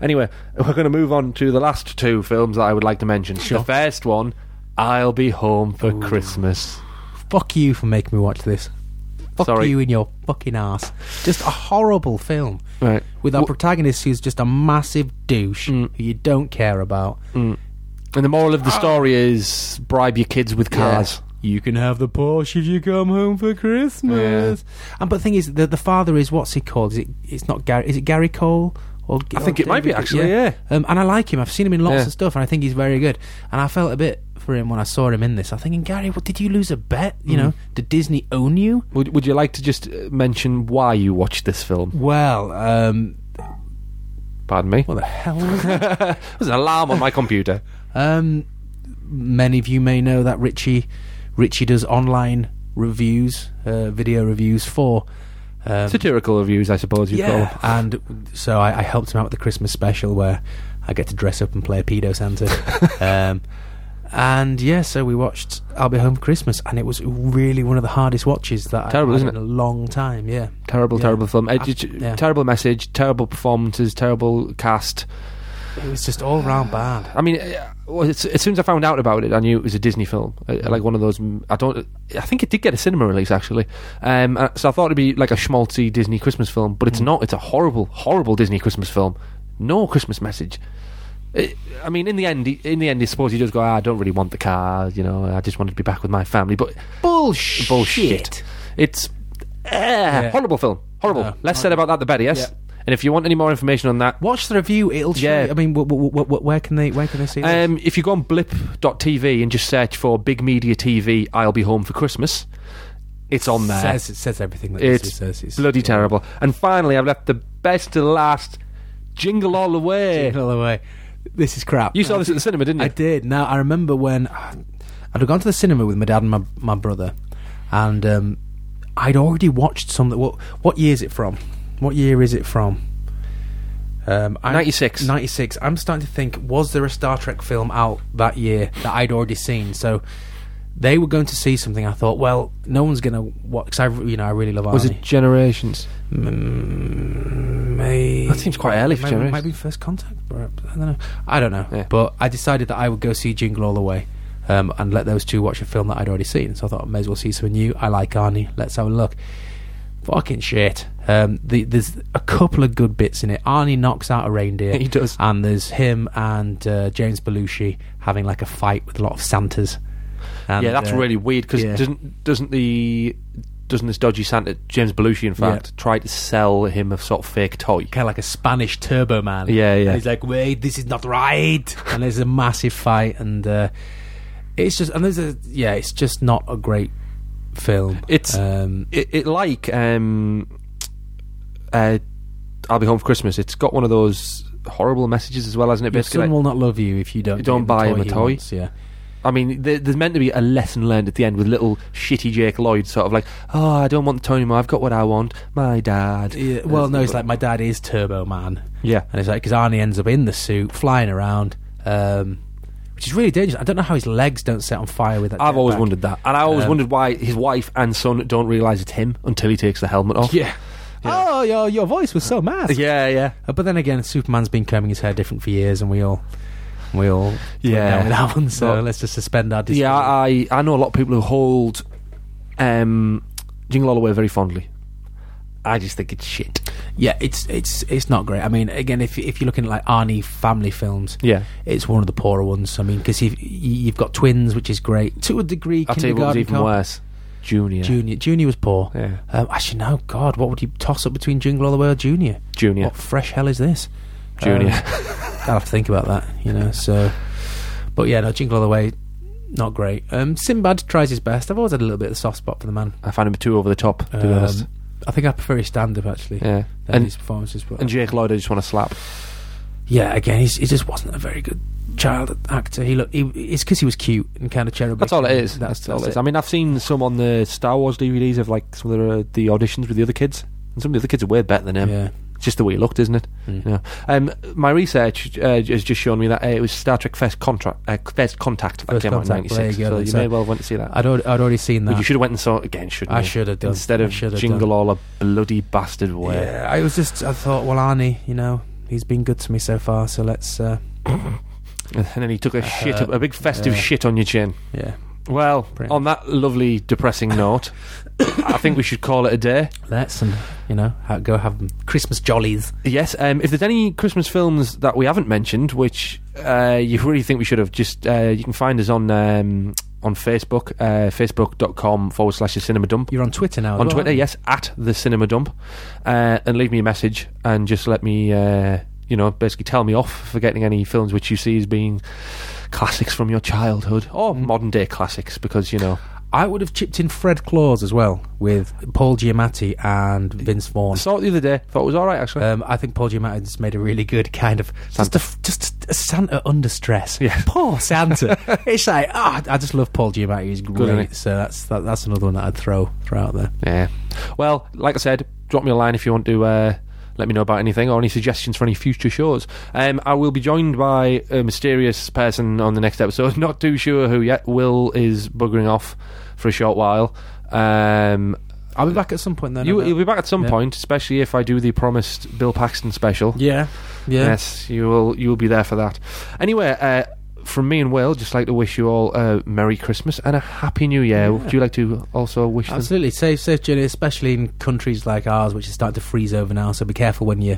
Anyway, we're going to move on to the last two films that I would like to mention. The first one, I'll Be Home for Christmas. fuck you for making me watch this. Fuck Sorry. you in your fucking ass. Just a horrible film. Right. with our Wh- protagonist who's just a massive douche Mm. who you don't care about. And the moral of the story is bribe your kids with cars. Ah. Yeah. you can have the Porsche if you come home for Christmas. And but the thing is, the the father is what's he called? Is it? It's not Gary. Is it Gary Cole? Or I think it might be actually. Yeah. Um, and I like him. I've seen him in lots Yeah. of stuff, and I think he's very good. And I felt a bit for him when I saw him in this. I'm thinking, Gary, what did you lose a bet? You know, did Disney own you? Would Would you like to just uh, mention why you watched this film? Well, um, Pardon me. what the hell was that? There's an alarm on my computer. Um, many of you may know that Richie Richie does online reviews, uh, video reviews for. Um, Satirical reviews, I suppose you'd call. yeah, them. and so I, I helped him out with the Christmas special where I get to dress up and play a pedo Santa. um, and yeah, so we watched "I'll Be Home for Christmas," and it was really one of the hardest watches that Terrible, I've isn't had in a long time. Yeah, Terrible, yeah. terrible film. It- it- Yeah. Terrible message. Terrible performances. Terrible cast. it was just all round bad. I mean, uh, well, it's, as soon as I found out about it, I knew it was a Disney film, uh, like one of those. mm, I don't. I think it did get a cinema release actually, um, uh, so I thought it'd be like a schmaltzy Disney Christmas film, but it's not. It's a horrible, horrible Disney Christmas film. No Christmas message. It, I mean, in the end, he- in the end, I suppose he does go. "Ah, I don't really want the car, you know. I just wanted to be back with my family. But Bullshit. bullshit. It's uh, horrible film. Horrible. No, Less said about that, the better. Yes. And if you want any more information on that, Watch the review. It'll. Show Yeah. you- I mean, wh- wh- wh- wh- where can they? Where can they see? this? Um, if you go on blip.tv and just search for Big Media TV, I'll be home for Christmas, it's on there. Says, it says everything that it's it says. It's bloody terrible. And finally, I've left the best to the last jingle all the way. All the way. This is crap. You saw this at the cinema, didn't you? I did. Now I remember when I'd gone to the cinema with my dad and my my brother, and um, I'd already watched some. That what what year is it from? What year is it from? Um, I'm- 96. 96. I'm starting to think, was there a Star Trek film out that year that I'd already seen? So they were going to see something. I thought, well, no one's going to watch. Cause I, you know, I really love Arnie. Was it Generations? Mm, May- That seems quite early for might, January. might be first contact. Or, I don't know. I don't know. Yeah. But I decided that I would go see Jingle All the Way, um, and let those two watch a film that I'd already seen. So I thought I may as well see something new. I like Arnie. Let's have a look. Fucking shit. Um, the, there's a couple of good bits in it. Arnie knocks out a reindeer. He does. And there's him and uh, James Belushi having like a fight with a lot of Santas. And, yeah, that's uh, really weird because yeah. doesn't doesn't the doesn't this dodgy Santa James Belushi in fact try to sell him a sort of fake toy? kind of like a Spanish Turbo Man. Yeah, yeah. And he's like, wait, this is not right. And there's a massive fight, and uh, it's just, and there's a, yeah, it's just not a great film. It's- um, it, it like um, uh, I'll be home for Christmas. It's got one of those horrible messages as well, hasn't it? your Basically, son will not love you if you don't You don't give buy him the a he toy. wants, yeah, I mean, there, there's meant to be a lesson learned at the end with little shitty Jake Lloyd, sort of like, "Oh, I don't want the Tony anymore. I've got what I want. My dad." yeah. Well, no, it's like my dad is Turbo Man, yeah, and it's like because Arnie ends up in the suit flying around. Um, which is really dangerous. I don't know how his legs don't set on fire with that. I've always jetpack. wondered that, and I always Um, wondered why his wife and son don't realise it's him until he takes the helmet off. Yeah. Oh, your your voice was so mad. yeah, yeah. Uh, But then again, Superman's been combing his hair different for years, and we all, we all, Yeah. yeah, down with that one. So But- let's just suspend our disbelief. Yeah, I I know a lot of people who hold um, Jingle All the Way very fondly. I just think it's shit. yeah. It's it's it's not great. I mean, again, if if you're looking at like Arnie family films, Yeah. it's one of the poorer ones. I mean, because you've you've got twins, which is great to a degree. I'll tell you what was Kindergarten even Cop, worse. Junior. Junior Junior was poor. Yeah. Um, actually, no, God, what would you toss up between Jingle All the Way or Junior? Junior. What fresh hell is this? Junior. Um, I'll have to think about that, you know. So, but yeah, no, Jingle All the Way, not great. Um, Sinbad tries his best. I've always had a little bit of a soft spot for the man. I found him too over the top, to be Um, honest. I think I prefer his stand-up actually Yeah. than And- his performances. But And Jake Lloyd, I just want to slap. yeah, again, he's, he just wasn't a very good child actor. He looked. He, it's because he was cute and kind of cherubic. That's all it is. That's, That's, all it that's is. I mean, I've seen some on the Star Wars DVDs of like some of the, uh, the auditions with the other kids, and some of the other kids are way better than him. Yeah. It's just the way he looked, isn't it? Yeah. Um, my research uh, has just shown me that uh, it was Star Trek First, Contra- uh, First Contact that First came out in Contact, there '96. you go, So you that's may it. well have went to see that. I'd already, I'd already seen that. But you should have went and saw it again, shouldn't you? I should have done. Instead I of should have jingle done. all a bloody bastard way. Yeah, I was just. I thought, well, Arnie, you know, he's been good to me so far. So let's. Uh, And then he took a shit, up, a big festive yeah. shit on your chin. yeah, Well, Pretty on that lovely, depressing note, I think we should call it a day. let's and you know ha- go have Christmas jollies. Yes, um, if there's any Christmas films that we haven't mentioned, which uh, you really think we should have, just uh, you can find us on um, on Facebook, uh, facebook.com forward slash the cinema dump. You're on Twitter now. as on well, Twitter, aren't you? yes, at the cinema dump. Uh, and leave me a message and just let me, uh, you know, basically tell me off for getting any films which you see as being classics from your childhood or modern day classics because, you know. I would have chipped in Fred Claus as well with Paul Giamatti and Vince I Vaughn. saw it the other day, thought it was alright actually. Um, I think Paul Giamatti's made a really good kind of Santa. just a, just a Santa under stress. Yeah. poor Santa. it's like ah, I just love Paul Giamatti. He's great. isn't he? so that's that, that's another one that I'd throw throw out there. yeah. Well, like I said, drop me a line if you want to. Uh, let me know about anything or any suggestions for any future shows. Um, I will be joined by a mysterious person on the next episode. Not too sure who yet. Will is buggering off for a short while. Um, I'll be back at some point then. You, I know. you'll be back at some Yeah. point, especially if I do the promised Bill Paxton special. yeah, yeah. Yes, you will. You will be there for that. Anyway, uh, from me and Will, just like to wish you all a Merry Christmas and a Happy New Year. Yeah. Do you like to also wish them? Absolutely safe, safe journey, especially in countries like ours, which is starting to freeze over now. So be careful when you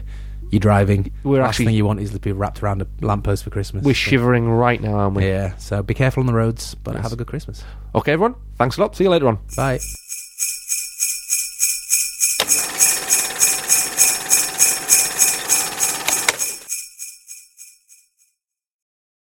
you're driving. We're Last actually- thing you want is to be wrapped around a lamppost for Christmas. We're So- shivering right now, aren't we? Yeah, so be careful on the roads, but Yes. have a good Christmas. Okay, everyone. Thanks a lot. See you later on. Bye.